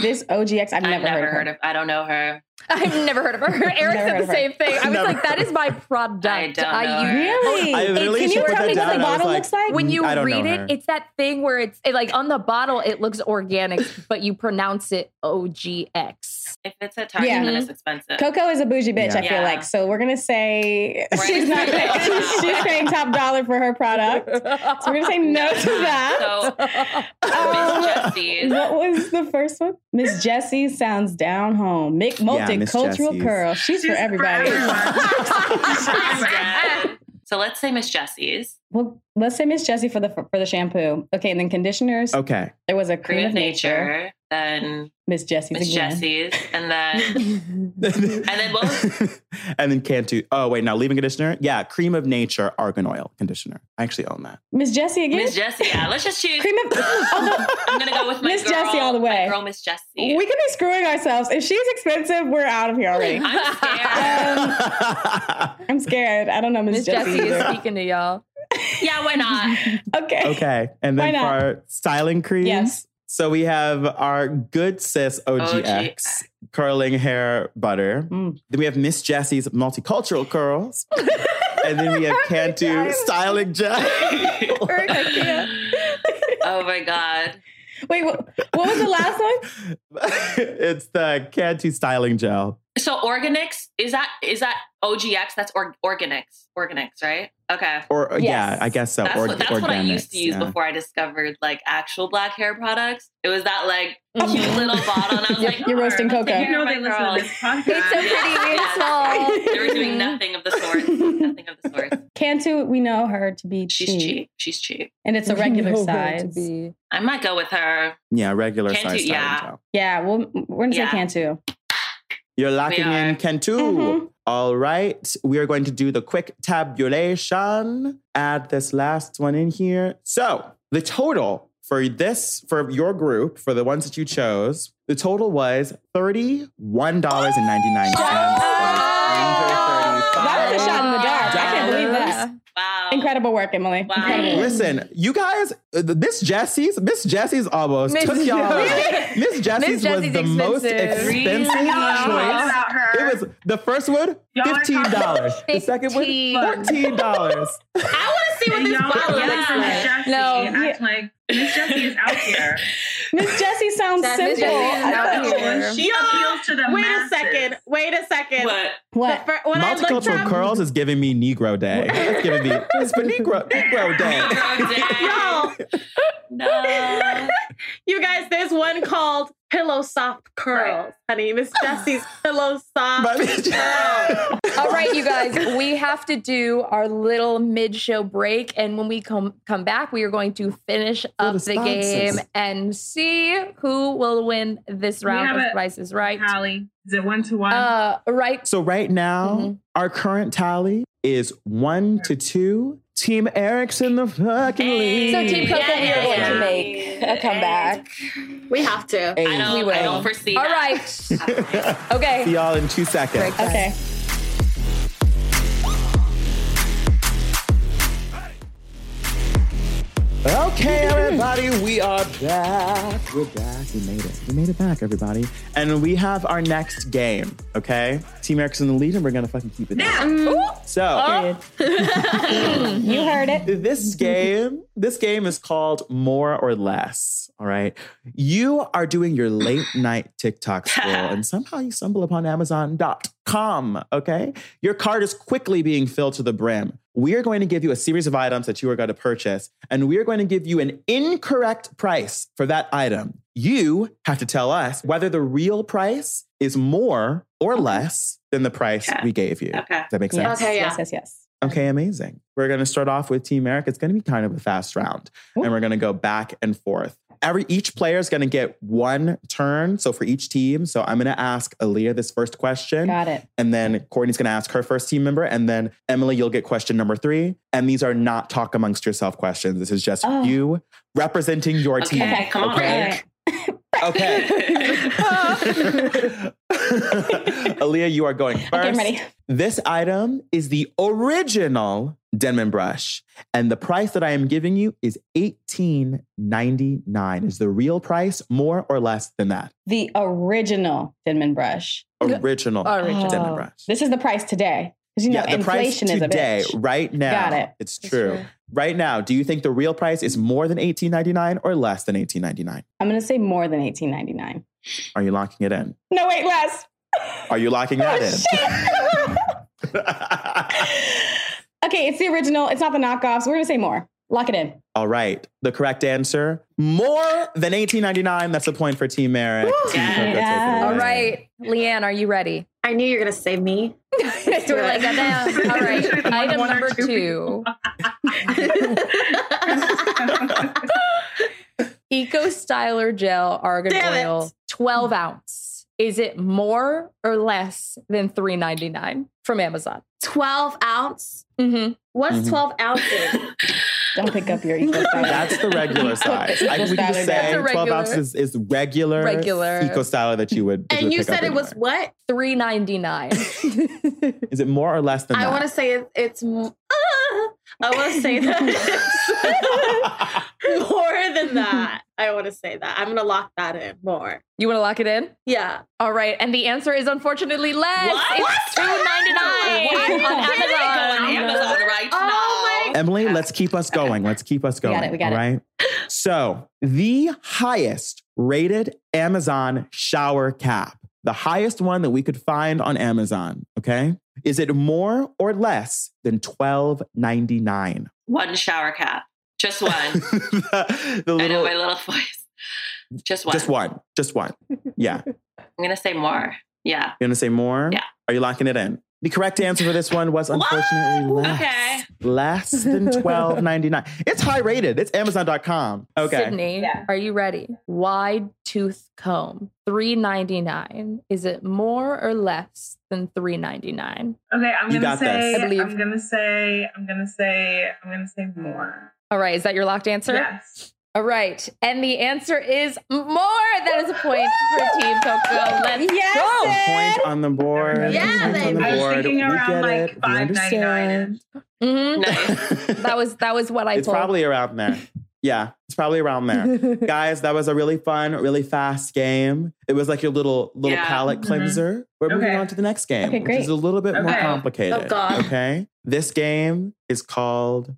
Speaker 2: This OGX, I've
Speaker 3: I've
Speaker 2: never,
Speaker 3: never
Speaker 2: heard of.
Speaker 3: of. I don't know her.
Speaker 4: I've never heard of her. [LAUGHS] Eric
Speaker 2: Never heard
Speaker 4: said
Speaker 2: of
Speaker 4: the
Speaker 2: her.
Speaker 4: same thing. I was
Speaker 1: Never
Speaker 4: like, that is my product.
Speaker 3: I don't know her.
Speaker 2: Really?
Speaker 1: I literally
Speaker 2: Can you
Speaker 1: should put
Speaker 2: tell
Speaker 1: that
Speaker 2: me
Speaker 1: down.
Speaker 2: what
Speaker 1: I
Speaker 2: the
Speaker 1: was
Speaker 2: bottle
Speaker 1: like,
Speaker 2: looks like?
Speaker 4: when you
Speaker 1: I don't
Speaker 4: read
Speaker 1: know
Speaker 4: it,
Speaker 1: her.
Speaker 4: it's that thing where it's it, like on the bottle, it looks organic, but you pronounce it [LAUGHS] OGX.
Speaker 3: If it's at Target,
Speaker 2: Yeah.
Speaker 3: then it's expensive.
Speaker 2: Coco is a bougie bitch,
Speaker 1: Yeah.
Speaker 2: I feel
Speaker 3: Yeah.
Speaker 2: like. So we're gonna say [LAUGHS]
Speaker 3: We're
Speaker 2: she's not
Speaker 3: gonna say no.
Speaker 2: she's, she's paying top dollar for her product. So we're gonna say
Speaker 3: [LAUGHS]
Speaker 2: no to that. [LAUGHS]
Speaker 3: So
Speaker 2: Um,
Speaker 3: Miss
Speaker 2: [LAUGHS]
Speaker 3: Jessie's.
Speaker 2: what was the first one? Miss Jessie sounds down home. Mick
Speaker 1: Yeah, Miss
Speaker 2: multicultural
Speaker 1: Jessie's.
Speaker 2: curl. She's, for everybody.
Speaker 7: everyone.
Speaker 3: Miss Jen. So let's say Miss Jessie's.
Speaker 2: Well, let's say Miss Jessie for the for the shampoo. Okay, and then conditioners.
Speaker 1: [LAUGHS] Okay.
Speaker 2: There was a cream,
Speaker 3: Cream of
Speaker 2: nature.
Speaker 3: Nature, then
Speaker 2: Miss Jessie's
Speaker 3: Miss
Speaker 2: again.
Speaker 3: Jessie's, and
Speaker 2: [LAUGHS]
Speaker 3: then
Speaker 1: and
Speaker 3: and then what was
Speaker 1: [LAUGHS] then Cantu. Oh wait, now leaving conditioner. Yeah, cream of nature argan oil conditioner. I actually own that.
Speaker 2: Miss Jessie again.
Speaker 3: Miss Jessie? Yeah, let's just choose.
Speaker 2: cream of. [LAUGHS] although,
Speaker 3: [LAUGHS] I'm gonna go with my
Speaker 2: Miss
Speaker 3: girl,
Speaker 2: Jessie all the way.
Speaker 3: My girl, Miss Jessie.
Speaker 2: we could be screwing ourselves. If she's expensive, we're out of here already.
Speaker 3: I'm
Speaker 2: [LAUGHS]
Speaker 3: scared.
Speaker 2: I'm scared. I don't know Miss
Speaker 4: Miss
Speaker 2: Jessie.
Speaker 4: Jessie [LAUGHS] is
Speaker 2: either.
Speaker 4: speaking to y'all.
Speaker 3: yeah,
Speaker 2: [LAUGHS]
Speaker 3: why not?
Speaker 2: Okay.
Speaker 1: [LAUGHS] okay, and then
Speaker 2: Why
Speaker 1: for
Speaker 2: not?
Speaker 1: our styling creams. [LAUGHS]
Speaker 2: Yes.
Speaker 1: So we have our good sis OGX,
Speaker 3: OGX.
Speaker 1: curling hair butter.
Speaker 2: Mm.
Speaker 1: Then we have Miss Jessie's multicultural
Speaker 3: [LAUGHS]
Speaker 1: curls. and then we have Cantu styling gel. [LAUGHS]
Speaker 2: Eric, I can't.
Speaker 3: [LAUGHS] Oh my god.
Speaker 2: Wait, what, what was the last one?
Speaker 1: it's the Cantu styling gel.
Speaker 3: So Organix is that is that OGX? That's or, Organix. Organix, right? Okay.
Speaker 1: Or yeah,
Speaker 2: Yes.
Speaker 1: I guess so.
Speaker 3: That's,
Speaker 1: Or-
Speaker 3: what, that's what I used to
Speaker 1: organics,
Speaker 3: use
Speaker 1: yeah.
Speaker 3: before I discovered like actual black hair products. It was that like cute little bottle, and I was
Speaker 2: You're-
Speaker 3: like,
Speaker 2: you're roasting
Speaker 3: "Alright,
Speaker 2: cocoa."
Speaker 3: take
Speaker 7: You
Speaker 3: care
Speaker 7: know
Speaker 3: of
Speaker 7: they
Speaker 3: my
Speaker 7: listen to
Speaker 3: girls."
Speaker 7: this podcast.
Speaker 2: [LAUGHS]
Speaker 3: They were doing nothing of the sort. Nothing of the sort.
Speaker 2: Cantu, we know her to be
Speaker 3: She's
Speaker 2: cheap,
Speaker 3: cheap. She's cheap.
Speaker 2: and
Speaker 3: [LAUGHS]
Speaker 2: it's a regular
Speaker 4: No way to
Speaker 2: size.
Speaker 4: be.
Speaker 3: I might go with her.
Speaker 1: Yeah, regular
Speaker 3: Cantu,
Speaker 1: size styling
Speaker 3: yeah.
Speaker 1: gel.
Speaker 2: Yeah, well, we're gonna
Speaker 3: Yeah. Oh.
Speaker 2: say Cantu.
Speaker 1: You're locking
Speaker 3: are.
Speaker 1: in Cantu.
Speaker 2: Mhm.
Speaker 1: All right. We are going to do the quick tabulation. Add this last one in here. So the total for this, for your group, for the ones that you chose, the total was
Speaker 5: Oh,
Speaker 1: $31.99.
Speaker 2: That was a shot in the dark. I can't believe that.
Speaker 3: Wow. [LAUGHS]
Speaker 2: Incredible work, Emily.
Speaker 3: Wow. [LAUGHS]
Speaker 2: Incredible. work.
Speaker 1: Listen, you guys, uh, Miss Jessie's, Miss Jessie's almost
Speaker 4: Miss-
Speaker 1: took y'all.
Speaker 4: [LAUGHS]
Speaker 1: Miss Jessie's was the
Speaker 4: Jessie's
Speaker 1: most
Speaker 4: expensive.
Speaker 1: expensive
Speaker 7: Y'all
Speaker 1: choice.
Speaker 7: know about her.
Speaker 1: It was the first one,
Speaker 7: Y'all are
Speaker 1: fifteen dollars. The second one, fourteen dollars.
Speaker 3: I want to see what
Speaker 7: And
Speaker 3: this
Speaker 7: y'all
Speaker 3: bottle
Speaker 7: yelling
Speaker 3: looks
Speaker 7: for Miss
Speaker 3: like.
Speaker 7: Jessie.
Speaker 4: No,
Speaker 7: act like Miss Jessie is out here.
Speaker 2: Miss Jessie sounds
Speaker 4: That
Speaker 2: simple.
Speaker 4: Miss Jessie is
Speaker 2: I
Speaker 4: not
Speaker 2: thought-
Speaker 4: here.
Speaker 7: She appeals to the
Speaker 5: Wait a
Speaker 7: masses.
Speaker 5: second. Wait a second.
Speaker 3: What?
Speaker 5: The
Speaker 2: [LAUGHS] What?
Speaker 5: fir- when I looked
Speaker 1: Multicultural
Speaker 5: up, [LAUGHS]
Speaker 1: curls is giving me Negro Day. It's giving me it's for Negro Negro Day.
Speaker 3: Negro Day. No.
Speaker 5: you guys, there's one called Pillow Soft Curls, honey. Miss [SIGHS] Jessie's Pillow
Speaker 1: [LAUGHS] But- [LAUGHS]
Speaker 5: Soft.
Speaker 4: All right, you guys, we have to do our little mid-show break, and when we come come back, we are going to finish up
Speaker 1: the
Speaker 4: the, game
Speaker 1: sponsors.
Speaker 4: and see who will win this round
Speaker 7: have
Speaker 4: of
Speaker 7: a-
Speaker 4: Price is Right.
Speaker 7: Hallie, is it one to one?
Speaker 4: Uh, right.
Speaker 1: so right now,
Speaker 4: Mhm.
Speaker 1: our current tally is one to two. Team Eric's in the fucking lead.
Speaker 4: So Team Coco, we are going to
Speaker 1: yeah.
Speaker 4: make a comeback.
Speaker 5: We have to.
Speaker 3: I
Speaker 4: We
Speaker 3: don't,
Speaker 4: will.
Speaker 3: I don't foresee
Speaker 4: All
Speaker 3: that.
Speaker 4: right.
Speaker 1: [LAUGHS] See
Speaker 4: Okay.
Speaker 1: y'all in two seconds.
Speaker 2: Okay.
Speaker 1: Okay, everybody, we are back. We're back. We made it. We made it back, everybody. And we have our next game, okay? Team Eric's in the lead, and we're gonna fucking keep it down. So
Speaker 2: You heard it.
Speaker 1: this game, this game is called More or Less. All right. You are doing your late night TikTok scroll and somehow you stumble upon Amazon.com. Okay. Your cart is quickly being filled to the brim. We are going to give you a series of items that you are going to purchase, and we are going to give you an incorrect price for that item. You have to tell us whether the real price is more or less than the price
Speaker 3: Okay.
Speaker 1: we gave you.
Speaker 3: Okay.
Speaker 1: Does that make sense?
Speaker 2: Yes,
Speaker 5: Okay, yeah.
Speaker 2: yes, yes, yes.
Speaker 1: Okay, amazing. We're going to start off with Team Eric. It's going to be kind of a fast round, and we're going to go back and forth. Every each player is going to get one turn. So for each team, so I'm going to ask Aaliyah this first question,
Speaker 2: Got it.
Speaker 1: and then Courtney's going to ask her first team member, and then Emily, you'll get question number three. And these are not talk amongst yourself questions. This is just
Speaker 2: Oh.
Speaker 1: you representing your
Speaker 3: Okay,
Speaker 2: [LAUGHS]
Speaker 1: team. [LAUGHS]
Speaker 3: come on,
Speaker 1: okay?
Speaker 3: Eric.
Speaker 1: Okay. Aaliyah, you are going first.
Speaker 2: Okay, I'm ready.
Speaker 1: This item is the original Denman brush, and the price that I am giving you is eighteen ninety nine. Is the real price more or less than that?
Speaker 2: The original Denman brush.
Speaker 1: Original
Speaker 4: Original.
Speaker 1: Denman
Speaker 2: Oh,
Speaker 1: brush.
Speaker 2: This is the price today. Because you know,
Speaker 1: the price
Speaker 2: inflation
Speaker 1: today,
Speaker 2: is a bitch.
Speaker 1: right now.
Speaker 2: Got it.
Speaker 1: It's
Speaker 4: It's
Speaker 1: true.
Speaker 4: true.
Speaker 1: Right now, do you think the real price is more than eighteen ninety nine or less than eighteen ninety nine?
Speaker 2: I'm going to say more than 18.99.
Speaker 1: Are you locking it in?
Speaker 2: No, wait, less. [LAUGHS] Oh,
Speaker 1: Are you locking that [LAUGHS] in?
Speaker 2: [LAUGHS] Okay, it's the original. It's not the knockoffs. We're going to say more. Lock it in.
Speaker 1: All right. The correct answer, more than 18.99. That's a point for Team Merrick. Team Coco, take it
Speaker 2: yeah.
Speaker 1: away.
Speaker 7: [LAUGHS]
Speaker 4: All right, Leanne, are you ready?
Speaker 5: I knew you were gonna say [LAUGHS] me.
Speaker 4: We're like, goddamn. All right.
Speaker 7: One
Speaker 4: Item
Speaker 7: or
Speaker 4: number two.
Speaker 7: two. [LAUGHS]
Speaker 4: Eco Styler Gel Argan
Speaker 5: Damn it.
Speaker 4: Oil, 12 ounce. Is it more or less than three ninety nine from Amazon?
Speaker 5: Twelve ounce.
Speaker 4: Mm-hmm.
Speaker 5: What's
Speaker 1: Mhm.
Speaker 5: twelve ounces?
Speaker 2: Don't pick
Speaker 5: [LAUGHS]
Speaker 2: up your eco
Speaker 1: That's the
Speaker 4: [LAUGHS]
Speaker 1: regular size. I, we can just
Speaker 2: That's
Speaker 1: say
Speaker 4: a
Speaker 1: twelve
Speaker 4: regular-
Speaker 1: ounces is regular,
Speaker 4: Regular.
Speaker 1: eco style that you would. that
Speaker 5: and
Speaker 1: would
Speaker 5: you
Speaker 1: pick up
Speaker 5: said it was
Speaker 1: anywhere.
Speaker 5: what?
Speaker 4: Three
Speaker 5: [LAUGHS]
Speaker 4: ninety nine.
Speaker 1: Is it more or less than
Speaker 5: I
Speaker 1: that?
Speaker 5: want to say it, it's. m- ah! I want to
Speaker 1: [LAUGHS]
Speaker 5: say that it's [LAUGHS] more than that. I want to say that. I'm gonna lock that in more.
Speaker 4: You want to lock it in?
Speaker 5: Yeah.
Speaker 4: All right, and the answer is unfortunately less.
Speaker 3: What?
Speaker 4: It's two ninety nine
Speaker 2: Wow.
Speaker 4: on
Speaker 2: Did
Speaker 3: Amazon.
Speaker 4: Amazon.
Speaker 3: on Amazon right
Speaker 4: oh
Speaker 3: now.
Speaker 1: Emily, let's keep us going. Let's keep us
Speaker 2: We
Speaker 1: going.
Speaker 2: got it, we got
Speaker 1: all
Speaker 2: it.
Speaker 1: right? So, the highest rated Amazon shower cap, the highest one that we could find on Amazon, okay? Is it more or less than twelve ninety nine?
Speaker 3: One shower cap. Just
Speaker 1: [LAUGHS]
Speaker 3: one.
Speaker 1: the
Speaker 3: I know
Speaker 1: little,
Speaker 3: my little [LAUGHS] voice. Just one.
Speaker 1: just one, just one.
Speaker 3: [LAUGHS]
Speaker 1: Yeah, you
Speaker 3: I'm gonna say more. Yeah.
Speaker 1: gonna say more?
Speaker 3: Yeah.
Speaker 1: Are you locking it in? The correct answer for this one was
Speaker 3: What?
Speaker 1: unfortunately less,
Speaker 3: Okay.
Speaker 1: less
Speaker 3: [LAUGHS]
Speaker 1: than twelve ninety nine. It's high rated. It's Amazon.com. Okay.
Speaker 4: Sydney,
Speaker 7: Yeah.
Speaker 4: are you ready? Wide tooth comb, three ninety nine. Is it more or less than three ninety nine?
Speaker 7: Okay, I'm
Speaker 1: You
Speaker 7: gonna
Speaker 1: got this.
Speaker 7: say.
Speaker 4: I believe.
Speaker 7: I'm gonna say. I'm gonna say. I'm gonna say more.
Speaker 4: All right, is that your locked answer?
Speaker 7: Yes.
Speaker 4: All right, and the answer is more. That is a point for Team Coco. Let's go.
Speaker 2: Yes.
Speaker 1: point on the board.
Speaker 7: Yeah,
Speaker 1: Point
Speaker 5: baby.
Speaker 1: on the
Speaker 7: I was
Speaker 1: board.
Speaker 7: thinking
Speaker 1: We
Speaker 7: around
Speaker 1: get
Speaker 7: like
Speaker 1: it. We
Speaker 7: five ninety nine.
Speaker 1: understand.
Speaker 5: [LAUGHS]
Speaker 4: Mhm.
Speaker 3: Nice.
Speaker 4: That was that was what I
Speaker 1: [LAUGHS] it's
Speaker 4: told.
Speaker 1: probably around there. Yeah, it's probably around there.
Speaker 2: [LAUGHS] Styler.
Speaker 1: Guys, that was a really fun, really fast game. It was like your little little
Speaker 3: Yeah.
Speaker 1: palate
Speaker 7: Mhm.
Speaker 1: cleanser. We're moving
Speaker 7: Okay.
Speaker 1: on to the next game,
Speaker 2: Okay,
Speaker 1: which is
Speaker 2: great.
Speaker 1: a little bit more
Speaker 7: Okay.
Speaker 1: complicated.
Speaker 5: Oh, God.
Speaker 1: Okay. This game is called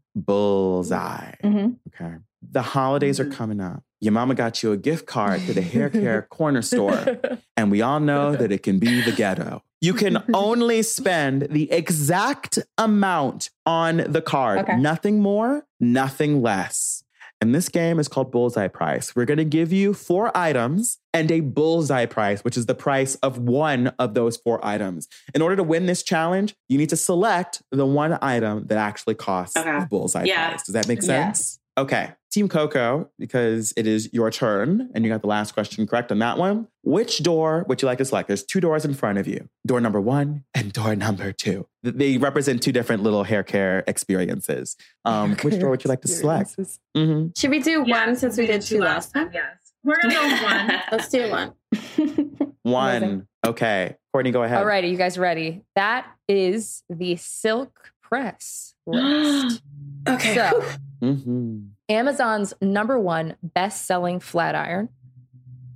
Speaker 1: Bullseye.
Speaker 2: Mhm.
Speaker 1: Okay. The holidays
Speaker 7: Mm-hmm.
Speaker 1: are coming up. Your mama got you a gift card to the
Speaker 2: [LAUGHS]
Speaker 1: hair care corner store.
Speaker 4: Mm-hmm.
Speaker 1: And we all
Speaker 3: [LAUGHS]
Speaker 1: know that it can be the ghetto. You can only spend the exact amount on the card.
Speaker 2: Okay.
Speaker 1: Nothing more, nothing less. And this game is called Bullseye Price. We're going to give you four items and a bullseye price, which is the price of one of those four items. In order to win this challenge, you need to select the one item that actually costs
Speaker 3: Okay.
Speaker 1: the bullseye
Speaker 3: Yeah.
Speaker 1: price. Does that make
Speaker 2: Yeah.
Speaker 1: sense? Okay. Team Coco, because it is your turn and you got the last question correct on that one. Which door would you like to select? There's two doors in front of you door number one and door number two. Th- They represent two different little hair care experiences. Um, which door would you like to select? hmm
Speaker 5: Should we do
Speaker 7: Yeah,
Speaker 5: one since we did two last time?
Speaker 7: Yes. We're gonna go
Speaker 3: [LAUGHS]
Speaker 7: one.
Speaker 5: [LAUGHS] Let's do
Speaker 2: [LAUGHS]
Speaker 5: one.
Speaker 1: Mm-hmm. One. Okay. Courtney, go ahead.
Speaker 4: All right, are you guys ready? That is the silk press list.
Speaker 5: Okay.
Speaker 4: so,
Speaker 1: Mm-hmm.
Speaker 4: Amazon's number one best selling flat iron,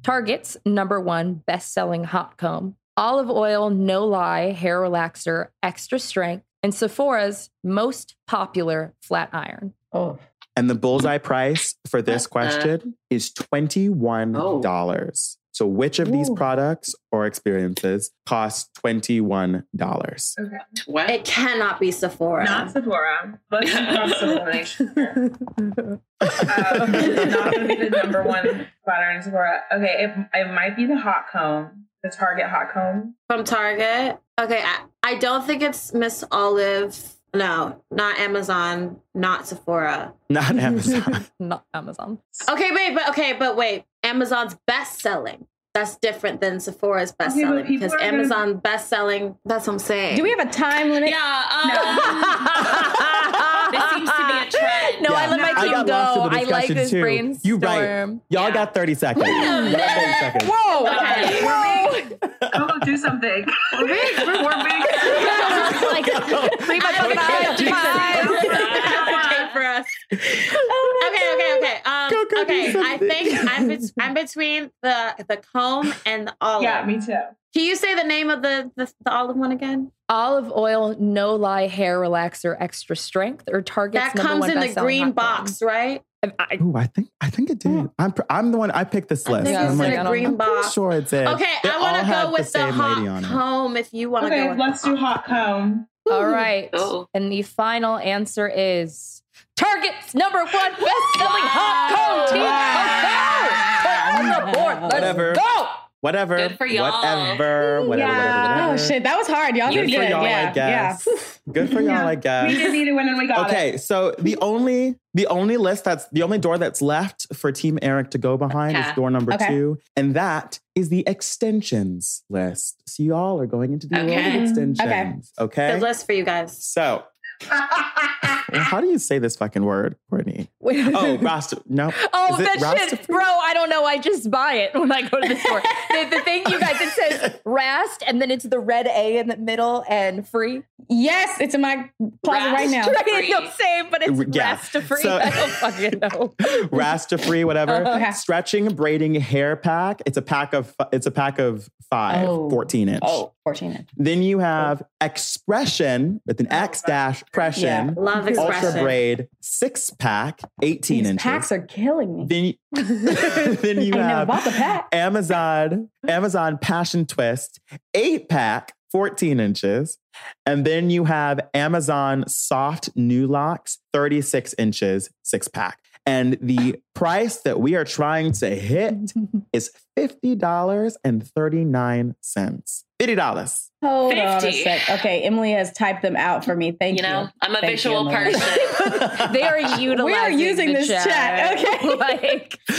Speaker 4: Target's number one best selling hot comb, olive oil, no lie, hair relaxer, extra strength, and Sephora's most popular flat iron.
Speaker 2: oh.
Speaker 1: And the bullseye price for this question is $21. So, which of these
Speaker 2: Ooh.
Speaker 1: products or experiences costs $21?
Speaker 7: Okay.
Speaker 3: What?
Speaker 5: It cannot be Sephora.
Speaker 7: Not Sephora. Let's do cross elimination. here. Uh, it's
Speaker 1: Um,
Speaker 7: not gonna be the number one flat iron in Sephora. Okay, it, it might be the hot comb, the Target hot comb.
Speaker 5: From Target. Okay, I, I don't think it's Miss Olive. No, not Amazon, not Sephora.
Speaker 1: [LAUGHS] Not Amazon.
Speaker 4: Not Amazon.
Speaker 5: Okay, wait, but okay, but wait. Amazon's best selling. That's different than Sephora's best
Speaker 7: Okay, but
Speaker 5: selling
Speaker 7: people
Speaker 5: because
Speaker 7: are gonna-
Speaker 5: Amazon best selling. That's what I'm saying.
Speaker 2: Do
Speaker 5: [LAUGHS]
Speaker 2: we have a time limit?
Speaker 3: Yeah. Um, this seems to be a trend.
Speaker 4: No, I
Speaker 1: Yeah.
Speaker 4: let my
Speaker 1: I
Speaker 4: team
Speaker 1: got
Speaker 4: go.
Speaker 1: lost in the
Speaker 4: I like
Speaker 1: discussion
Speaker 4: this
Speaker 1: too.
Speaker 4: brainstorm.
Speaker 1: You right. [LAUGHS] Y'all
Speaker 3: Yeah.
Speaker 1: got 30 seconds. Y'all got 30 seconds.
Speaker 2: Whoa.
Speaker 3: Okay.
Speaker 2: Whoa.
Speaker 7: Go go do something.
Speaker 2: [LAUGHS]
Speaker 7: We're big. We're big.
Speaker 1: [LAUGHS]
Speaker 4: like, free my fucking eyes,
Speaker 5: That's
Speaker 4: five.
Speaker 5: okay for us.
Speaker 1: Oh
Speaker 5: Okay, okay, okay. Um,
Speaker 1: Go, go do
Speaker 5: okay, I
Speaker 1: something.
Speaker 5: think I'm, bet- I'm between the the comb and the olive.
Speaker 7: Yeah, me too.
Speaker 5: Can you say the name of the, the the olive one again?
Speaker 4: [LAUGHS] olive oil no lie hair relaxer extra strength or targets
Speaker 5: that
Speaker 4: number
Speaker 5: comes
Speaker 4: one
Speaker 5: in the
Speaker 4: best-selling
Speaker 5: green
Speaker 4: hot
Speaker 5: box, right?
Speaker 4: bomb. I-
Speaker 1: Ooh, I think I think it did. I'm pr- I'm the one I picked this
Speaker 5: I
Speaker 1: list.
Speaker 5: think
Speaker 4: Yeah,
Speaker 5: it's
Speaker 1: I'm
Speaker 5: in
Speaker 4: like, I
Speaker 5: a
Speaker 4: don't-
Speaker 5: green
Speaker 1: I'm pretty
Speaker 5: box.
Speaker 1: sure it did.
Speaker 5: Okay,
Speaker 1: They
Speaker 5: I
Speaker 1: all
Speaker 5: want to
Speaker 1: had
Speaker 5: go with the,
Speaker 1: same lady
Speaker 5: hot
Speaker 1: on it.
Speaker 5: comb if you want to go
Speaker 7: Okay,
Speaker 5: with
Speaker 7: let's
Speaker 5: the
Speaker 7: do hot comb.
Speaker 4: all right
Speaker 3: Oh.
Speaker 4: and the final answer is targets number one best-selling hot comb team
Speaker 2: Wow.
Speaker 4: Coco! Put on the board let's
Speaker 1: Whatever.
Speaker 4: go
Speaker 1: Whatever.
Speaker 3: Good for y'all.
Speaker 1: Whatever. Whatever. Whatever.
Speaker 2: Oh
Speaker 1: whatever.
Speaker 2: shit, that was hard. Y'all
Speaker 1: Good
Speaker 2: did
Speaker 1: for
Speaker 2: good.
Speaker 1: y'all,
Speaker 2: yeah,
Speaker 1: I guess.
Speaker 2: yeah.
Speaker 1: Good for y'all, I guess.
Speaker 7: We didn't need it when and we got it.
Speaker 1: Okay, so the only the only list that's the only door that's left for Team Eric to go behind
Speaker 3: Okay.
Speaker 1: is door number
Speaker 2: Okay.
Speaker 1: two, and that is the extensions list. So y'all are going into the world
Speaker 3: Okay.
Speaker 1: of extensions. Okay.
Speaker 5: Good list for you guys.
Speaker 1: So how do you say this fucking word, Courtney?
Speaker 4: [LAUGHS]
Speaker 1: Oh, Rasta. No.
Speaker 4: Oh,
Speaker 1: Is it
Speaker 4: that shit,
Speaker 1: Rastaf-
Speaker 4: bro! I don't know. I just buy it when I go to the
Speaker 1: [LAUGHS]
Speaker 4: store. the, the thing you guys, it says Rast, and then it's the red A in the middle and free.
Speaker 2: Yes, it's in my closet right now.
Speaker 3: Rastafari.
Speaker 4: I don't say, it, but
Speaker 1: R-
Speaker 4: it's
Speaker 1: yeah.
Speaker 4: Rast free.
Speaker 1: So-
Speaker 4: [LAUGHS] I don't fucking know.
Speaker 1: Rasta free, whatever.
Speaker 2: Okay.
Speaker 1: Stretching, braiding hair pack. It's a pack of it's a pack of five,
Speaker 2: Oh.
Speaker 1: 14 inch.
Speaker 2: Oh, 14.
Speaker 1: Then you have expression with an X dash
Speaker 2: Yeah.
Speaker 1: pression.
Speaker 5: Love
Speaker 1: Ultra
Speaker 5: expression.
Speaker 1: braid six pack, 18
Speaker 2: These
Speaker 1: inches.
Speaker 2: packs are killing me.
Speaker 1: then, you- then you
Speaker 2: I never
Speaker 1: have
Speaker 2: bought the pack.
Speaker 1: Amazon, Amazon Passion Twist, eight pack, 14 inches. And then you have Amazon Soft New Locks, 36 inches, six pack. And the price that we are trying to hit is $50.39. $50.
Speaker 2: Hold on a
Speaker 3: 50.
Speaker 2: sec. Okay, Emily has typed them out for me. Thank
Speaker 3: you
Speaker 2: you.
Speaker 3: know, I'm a
Speaker 2: Thank you,
Speaker 3: visual
Speaker 2: Emily.
Speaker 3: person.
Speaker 4: They
Speaker 1: [LAUGHS]
Speaker 4: are utilizing.
Speaker 2: We are using
Speaker 4: the
Speaker 2: this chat, [LAUGHS]
Speaker 3: [LAUGHS]
Speaker 4: [LAUGHS]
Speaker 2: okay.
Speaker 4: like
Speaker 1: [LAUGHS]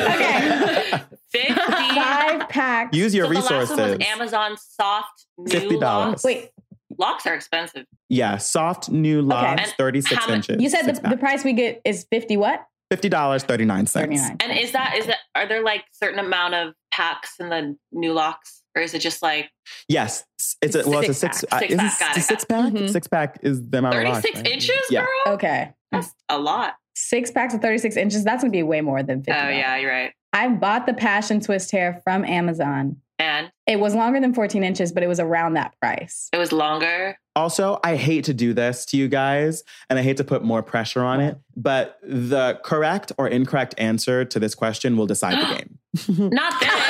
Speaker 1: Yeah.
Speaker 3: Fifty.
Speaker 2: Five packs.
Speaker 1: Use your
Speaker 3: so
Speaker 1: resources.
Speaker 3: The last one was Amazon soft new
Speaker 1: $50.
Speaker 3: locks.
Speaker 2: Wait,
Speaker 3: Locks are expensive.
Speaker 1: Yeah, soft new locks,
Speaker 3: And
Speaker 1: 36
Speaker 3: how mu-
Speaker 1: inches.
Speaker 2: you said
Speaker 1: six
Speaker 2: the, the
Speaker 1: pack.
Speaker 2: price we get is 50 what?
Speaker 1: $50.39.
Speaker 2: 39.
Speaker 3: And is that is that are there like certain amount of packs in the new locks, or is it just like
Speaker 1: Yes, s- it's a well, it's a six.
Speaker 3: Six-pack.
Speaker 1: uh, is it
Speaker 3: Six-pack,
Speaker 1: s-
Speaker 3: got it, got it.
Speaker 1: Six pack.
Speaker 2: Mm-hmm.
Speaker 4: Mhm.
Speaker 1: Six pack is the amount of
Speaker 3: thirty
Speaker 1: rocks,
Speaker 3: six
Speaker 1: right?
Speaker 3: inches,
Speaker 1: Yeah.
Speaker 3: girl?
Speaker 2: Okay.
Speaker 3: That's a lot.
Speaker 2: Six packs of 36 inches. That's going to be way more than 50.
Speaker 3: Oh yeah, you're right.
Speaker 2: I bought the Passion Twist hair from Amazon.
Speaker 3: And
Speaker 2: It was longer than 14 inches, but it was around that price.
Speaker 3: it was longer.
Speaker 1: Also, I hate to do this to you guys, and I hate to put more pressure on it, but the correct or incorrect answer to this question will decide
Speaker 2: [GASPS]
Speaker 1: the game. [LAUGHS]
Speaker 3: Not that.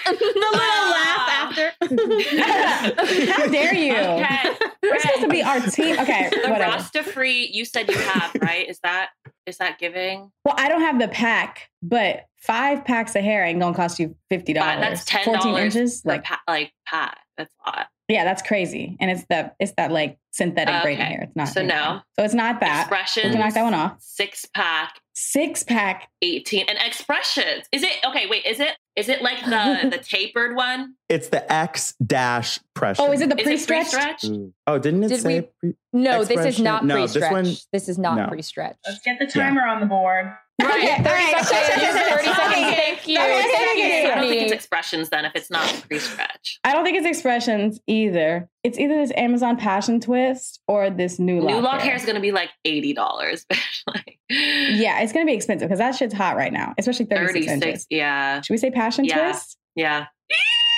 Speaker 3: [LAUGHS]
Speaker 5: the little laugh
Speaker 2: [LAUGHS]
Speaker 5: after.
Speaker 2: [LAUGHS] How dare you?
Speaker 3: okay.
Speaker 2: We're supposed to be our
Speaker 3: [LAUGHS]
Speaker 2: team. Okay,
Speaker 3: The
Speaker 2: whatever.
Speaker 3: Rasta free you said you have, right? Is that is
Speaker 2: [LAUGHS]
Speaker 3: that giving?
Speaker 2: Well, I don't have the pack, but five packs of hair ain't gonna cost you fifty
Speaker 3: But
Speaker 2: dollars.
Speaker 3: that's ten
Speaker 2: Fourteen
Speaker 3: dollars
Speaker 2: inches,
Speaker 3: like
Speaker 2: like
Speaker 3: pa- like pat. That's a lot.
Speaker 2: yeah, that's crazy. And it's that it's that like synthetic
Speaker 3: Okay.
Speaker 2: braiding hair. It's not
Speaker 3: So no.
Speaker 2: So it's not that. We
Speaker 3: Expressions.
Speaker 2: can knock that one off.
Speaker 3: Six pack,
Speaker 2: Six pack.
Speaker 3: 18 and expressions is it okay wait is it is it like
Speaker 2: [LAUGHS]
Speaker 3: the the tapered one
Speaker 1: It's the X dash pressure.
Speaker 2: Oh, is it the
Speaker 3: is
Speaker 2: pre
Speaker 3: it free
Speaker 2: stretch?
Speaker 3: stretch
Speaker 1: Oh, didn't it
Speaker 4: Did
Speaker 1: say?
Speaker 4: we-
Speaker 1: pre-
Speaker 4: No, this is
Speaker 1: Expression.
Speaker 4: not
Speaker 1: No, this
Speaker 4: pre-stretch. This,
Speaker 1: one-
Speaker 4: is not
Speaker 1: no.
Speaker 4: pre-stretch.
Speaker 7: [LAUGHS] Let's get the timer on the board.
Speaker 2: [LAUGHS] Okay, all [LAUGHS] right.
Speaker 4: seconds, 30 seconds.
Speaker 2: Okay.
Speaker 4: Thank you.
Speaker 2: Okay,
Speaker 4: Thank
Speaker 2: okay,
Speaker 4: you.
Speaker 2: okay.
Speaker 3: i don't think it's
Speaker 4: Courtney.
Speaker 3: expressions then if it's not pre-stretch
Speaker 2: I don't think it's expressions either. It's either this Amazon Passion Twist or this new lock.
Speaker 3: new lock hair is going to be like [LAUGHS] $80 like
Speaker 2: Yeah, it's gonna be expensive because that shit's hot right now, especially 36,
Speaker 3: 36
Speaker 2: inches.
Speaker 3: yeah
Speaker 2: Should we say Passion
Speaker 3: Yeah.
Speaker 2: Twist?
Speaker 3: yeah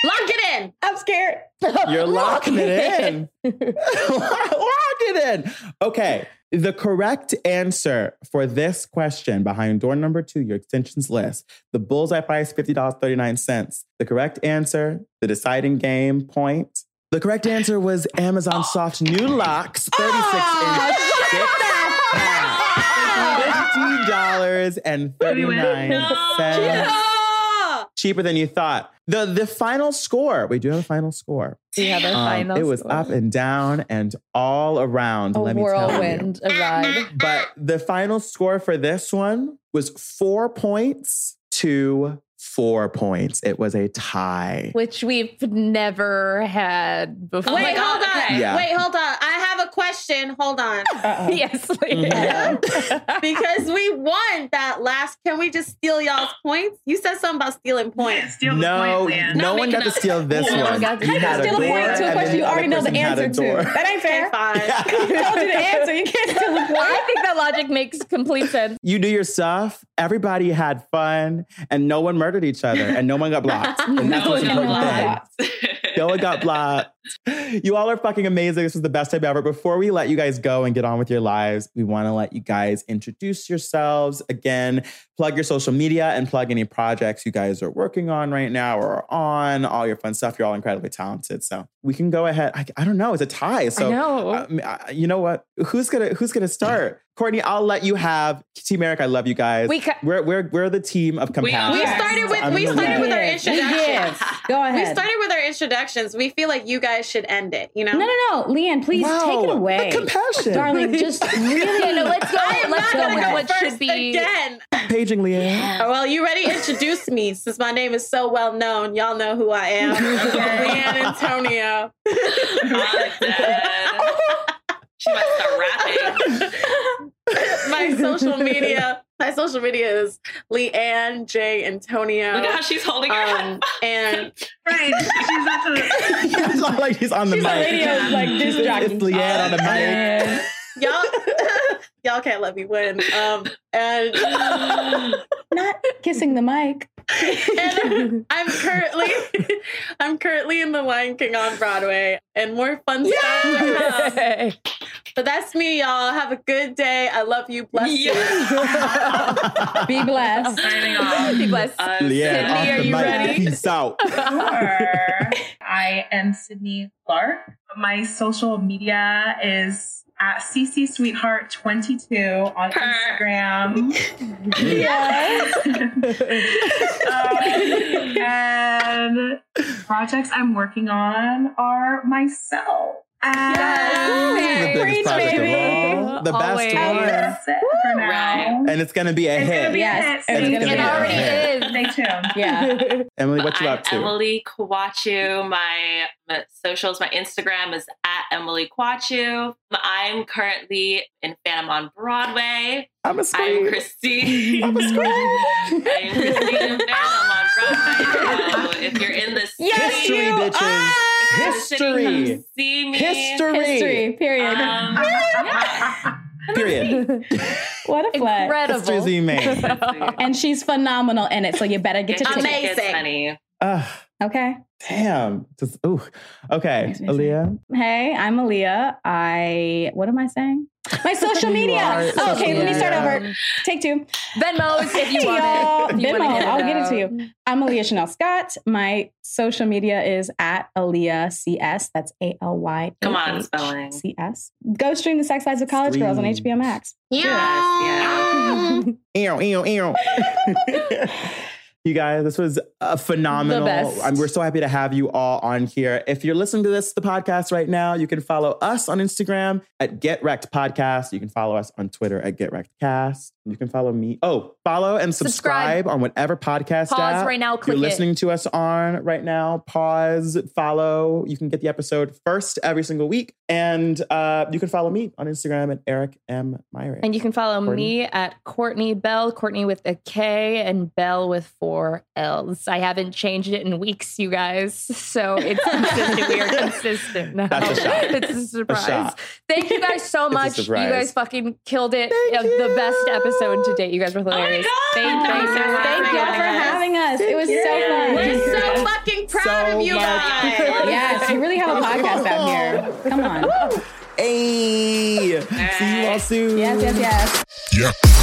Speaker 5: Lock it in.
Speaker 2: I'm scared.
Speaker 1: [LAUGHS] You're locking it
Speaker 4: [LAUGHS] it.
Speaker 1: in. [LAUGHS] Lock it in. Okay. The correct answer for this question behind door number two, your extensions list, the bullseye price, $50.39. The correct answer, the deciding game point. The correct answer was Amazon Soft New Locks, 36 inch six [LAUGHS] pack. $50.39. Cheaper than you thought. The, the final score, we do have a final score.
Speaker 4: We have a
Speaker 1: Um,
Speaker 4: final.
Speaker 1: it was
Speaker 4: score.
Speaker 1: up and down and all around.
Speaker 4: a
Speaker 1: let me tell
Speaker 4: whirlwind, a
Speaker 2: [LAUGHS]
Speaker 4: ride.
Speaker 1: you. But the final score for this one was four points to four points. It was a tie.
Speaker 4: which we've never had
Speaker 2: Oh
Speaker 4: before.
Speaker 5: Wait, hold on.
Speaker 3: Okay.
Speaker 1: Yeah.
Speaker 5: Wait, hold on. I have a question. Hold on.
Speaker 2: Uh-oh.
Speaker 4: [LAUGHS] Yes.
Speaker 1: Mm-hmm.
Speaker 5: because we won that last. Can we just steal y'all's points? You said something about stealing
Speaker 7: Yeah,
Speaker 5: points.
Speaker 7: Steal the
Speaker 1: no,
Speaker 7: point,
Speaker 1: [LAUGHS]
Speaker 7: Leanne.
Speaker 1: no
Speaker 3: Not
Speaker 1: one got to
Speaker 3: making up.
Speaker 1: steal this
Speaker 7: No one
Speaker 1: one.
Speaker 4: got to-
Speaker 1: You
Speaker 4: How
Speaker 1: had
Speaker 4: to
Speaker 2: Steal a
Speaker 1: door,
Speaker 2: point
Speaker 1: and
Speaker 2: to a
Speaker 1: then
Speaker 2: question you
Speaker 1: the other
Speaker 2: already know the
Speaker 1: person had a
Speaker 2: answer to.
Speaker 1: door.
Speaker 2: That ain't
Speaker 5: Okay, [LAUGHS]
Speaker 2: fair.
Speaker 5: fine.
Speaker 2: I told you the answer. You can't steal the point.
Speaker 4: I think that logic makes complete sense.
Speaker 1: [LAUGHS] You do your stuff. Everybody had fun, and no one murdered each other, and no one got
Speaker 2: [LAUGHS]
Speaker 1: blocked. And that's
Speaker 3: No
Speaker 1: what's
Speaker 3: one got
Speaker 1: important
Speaker 3: blocked.
Speaker 1: thing. No one got blocked. You all are fucking amazing. This was the best time ever. Before we let you guys go and get on with your lives, we want to let you guys introduce yourselves again, plug your social media, and plug any projects you guys are working on right now or are on, all your fun stuff. You're all incredibly talented. So we can go ahead. I, I don't know. It's a tie. [LAUGHS] So
Speaker 4: I know.
Speaker 1: um, I- you know what? Who's gonna Who's gonna start? Courtney, I'll let you have Team Eric. I love you guys.
Speaker 4: We ca-
Speaker 1: we're we're we're the team of compassion.
Speaker 3: are.
Speaker 5: We started
Speaker 1: I'm
Speaker 5: with we
Speaker 1: gonna
Speaker 5: started with our
Speaker 2: We did.
Speaker 5: introduction.
Speaker 2: Yes. Go ahead.
Speaker 5: We started with our introductions. We feel like you guys should end it, you know?
Speaker 2: No, no, no, Leanne, please take it
Speaker 1: Wow,
Speaker 2: away.
Speaker 1: the compassion.
Speaker 2: darling.
Speaker 1: [LAUGHS]
Speaker 2: [LAUGHS] Just really.
Speaker 4: no, let's go.
Speaker 5: I am
Speaker 4: Let's
Speaker 5: not
Speaker 4: go
Speaker 5: gonna
Speaker 4: with
Speaker 5: go
Speaker 4: what
Speaker 5: first
Speaker 4: should be.
Speaker 5: again.
Speaker 1: Paging Leanne.
Speaker 5: Oh, Well, you ready? Introduce me since my name is so well known. Y'all know who I [LAUGHS] am. Leanne Antonio.
Speaker 3: I'm dead. She must start rapping.
Speaker 5: My social media. My social media is Leanne J
Speaker 4: Oh
Speaker 5: Antonio.
Speaker 3: Look at how she's holding her
Speaker 5: um, and
Speaker 7: Right. She's not the
Speaker 1: it's not like [LAUGHS] he's on the
Speaker 2: She's a
Speaker 1: mic.
Speaker 2: radio like disc
Speaker 1: It's
Speaker 2: jockey.
Speaker 1: Leanne on the mic.
Speaker 2: Yeah.
Speaker 5: y'all [LAUGHS] y'all can't let me win. Um and
Speaker 2: Not [LAUGHS] kissing the mic.
Speaker 1: [LAUGHS]
Speaker 5: and I'm currently [LAUGHS] I'm currently in the Lion King on Broadway and more fun stuff to come. But that's me, y'all. Have a good day. I love you.
Speaker 1: [LAUGHS]
Speaker 5: Bless you.
Speaker 2: Be [LAUGHS] blessed.
Speaker 3: Signing
Speaker 4: [LAUGHS]
Speaker 3: off.
Speaker 4: Be blessed.
Speaker 3: I'm
Speaker 1: Leanne
Speaker 3: dead.
Speaker 1: off
Speaker 4: are
Speaker 1: the
Speaker 4: you
Speaker 1: mic.
Speaker 4: ready?
Speaker 1: Peace out.
Speaker 2: Uh,
Speaker 1: [LAUGHS]
Speaker 4: [LAUGHS]
Speaker 7: door. I am Sydney Clark. My social media is at CC Sweetheart 22 on
Speaker 3: Purr.
Speaker 1: [LAUGHS]
Speaker 7: Instagram.
Speaker 2: Yes.
Speaker 7: Um, and projects I'm working on are myself. And
Speaker 1: The biggest
Speaker 2: Preach,
Speaker 1: project of
Speaker 2: baby.
Speaker 1: all, The best
Speaker 4: Always.
Speaker 1: one.
Speaker 7: that's it for now.
Speaker 1: And it's going to be a
Speaker 7: It's
Speaker 1: hit.
Speaker 7: gonna be
Speaker 2: Yes.
Speaker 7: a hit.
Speaker 1: It's
Speaker 7: see?
Speaker 1: gonna be
Speaker 4: It
Speaker 1: a
Speaker 4: already
Speaker 1: hit.
Speaker 4: is.
Speaker 7: Stay tuned.
Speaker 2: Yeah.
Speaker 1: Emily, what you
Speaker 3: I'm
Speaker 1: up to?
Speaker 3: Emily Kwachu. My, my socials, my Instagram is at Emily Kwachu. I'm currently in Phantom on Broadway.
Speaker 1: I'm a
Speaker 3: I'm
Speaker 1: scream.
Speaker 4: [LAUGHS]
Speaker 3: Christine.
Speaker 1: I'm a scream.
Speaker 3: I'm Christine in Phantom on Broadway. So if you're in the city,
Speaker 1: [LAUGHS] History, bitches.
Speaker 3: if you're in the
Speaker 1: History.
Speaker 3: city, come see me.
Speaker 1: History.
Speaker 2: History. Period.
Speaker 5: [LAUGHS]
Speaker 3: Um,
Speaker 4: [LAUGHS]
Speaker 1: Period.
Speaker 2: [LAUGHS] what a flex.
Speaker 1: History is
Speaker 4: Incredible. [LAUGHS]
Speaker 1: amazing.
Speaker 2: And she's phenomenal in it, so you better get
Speaker 3: Get
Speaker 2: your
Speaker 3: your
Speaker 2: ticket.
Speaker 3: tickets,
Speaker 5: Amazing.
Speaker 3: honey.
Speaker 1: Ugh,
Speaker 2: Okay.
Speaker 1: damn. Just, ooh. Okay,
Speaker 2: Makes me
Speaker 1: Aaliyah.
Speaker 2: Hey, I'm Aaliyah. I what am I saying? [LAUGHS] My social
Speaker 4: You
Speaker 2: media.
Speaker 4: are
Speaker 2: Oh,
Speaker 4: social
Speaker 2: okay, let me start
Speaker 4: media.
Speaker 2: over. Take two.
Speaker 4: Venmos if you
Speaker 2: Hey, y'all.
Speaker 4: want it. um, If you wanna
Speaker 2: Venmo,
Speaker 4: get
Speaker 2: I'll get it
Speaker 4: out.
Speaker 2: to you. I'm Aaliyah Chanel Scott. My social media is at Aaliyah CS. That's A L Y.
Speaker 3: Come on, spelling.
Speaker 2: C S. Go stream the Sex Lives of College Girls on
Speaker 4: [LAUGHS]
Speaker 2: HBO Max.
Speaker 3: Yes,
Speaker 1: Ew, ew, ew. [LAUGHS] You guys, this was a phenomenal.
Speaker 2: The best.
Speaker 1: I'm- we're so happy to have you all on here. If you're listening to this, the podcast right now, you can follow us on Instagram at Get Wrecked Podcast. You can follow us on Twitter at Get Wrecked Cast. You can follow me. Oh, follow and subscribe,
Speaker 4: Subscribe.
Speaker 1: on whatever podcast
Speaker 4: Pause
Speaker 1: app
Speaker 4: right now, click
Speaker 1: you're
Speaker 4: it.
Speaker 1: listening to us on right now. Pause, follow. You can get the episode first every single week, and uh, you can follow me on Instagram at Eric M Myrick.
Speaker 4: And you can follow
Speaker 1: Courtney.
Speaker 4: me at Courtney Bell, Courtney with a K and Bell with four L's. I haven't changed it in weeks, you guys. [LAUGHS] So it's
Speaker 1: [LAUGHS]
Speaker 4: consistent. we are consistent now.
Speaker 1: That's a shot.
Speaker 4: It's a surprise.
Speaker 1: shot.
Speaker 4: Thank you guys so
Speaker 1: It's a
Speaker 4: much. You
Speaker 1: surprise.
Speaker 4: guys fucking killed it.
Speaker 1: Thank
Speaker 4: Uh, The
Speaker 1: you.
Speaker 4: best episode to date. You guys were hilarious.
Speaker 3: Oh God.
Speaker 4: Thank you.
Speaker 3: Thank you for
Speaker 4: Thank
Speaker 3: having
Speaker 4: y'all
Speaker 2: Thank
Speaker 4: for
Speaker 2: you for
Speaker 3: us.
Speaker 4: having
Speaker 2: having us. It was so
Speaker 5: We're
Speaker 2: fun.
Speaker 5: so fucking proud
Speaker 1: So
Speaker 5: of you
Speaker 1: much.
Speaker 5: guys.
Speaker 2: Yes, you really have a podcast out
Speaker 4: [LAUGHS]
Speaker 2: here. Come on.
Speaker 1: Hey, see you all soon.
Speaker 2: é Yes, yes, yes.
Speaker 8: Yeah.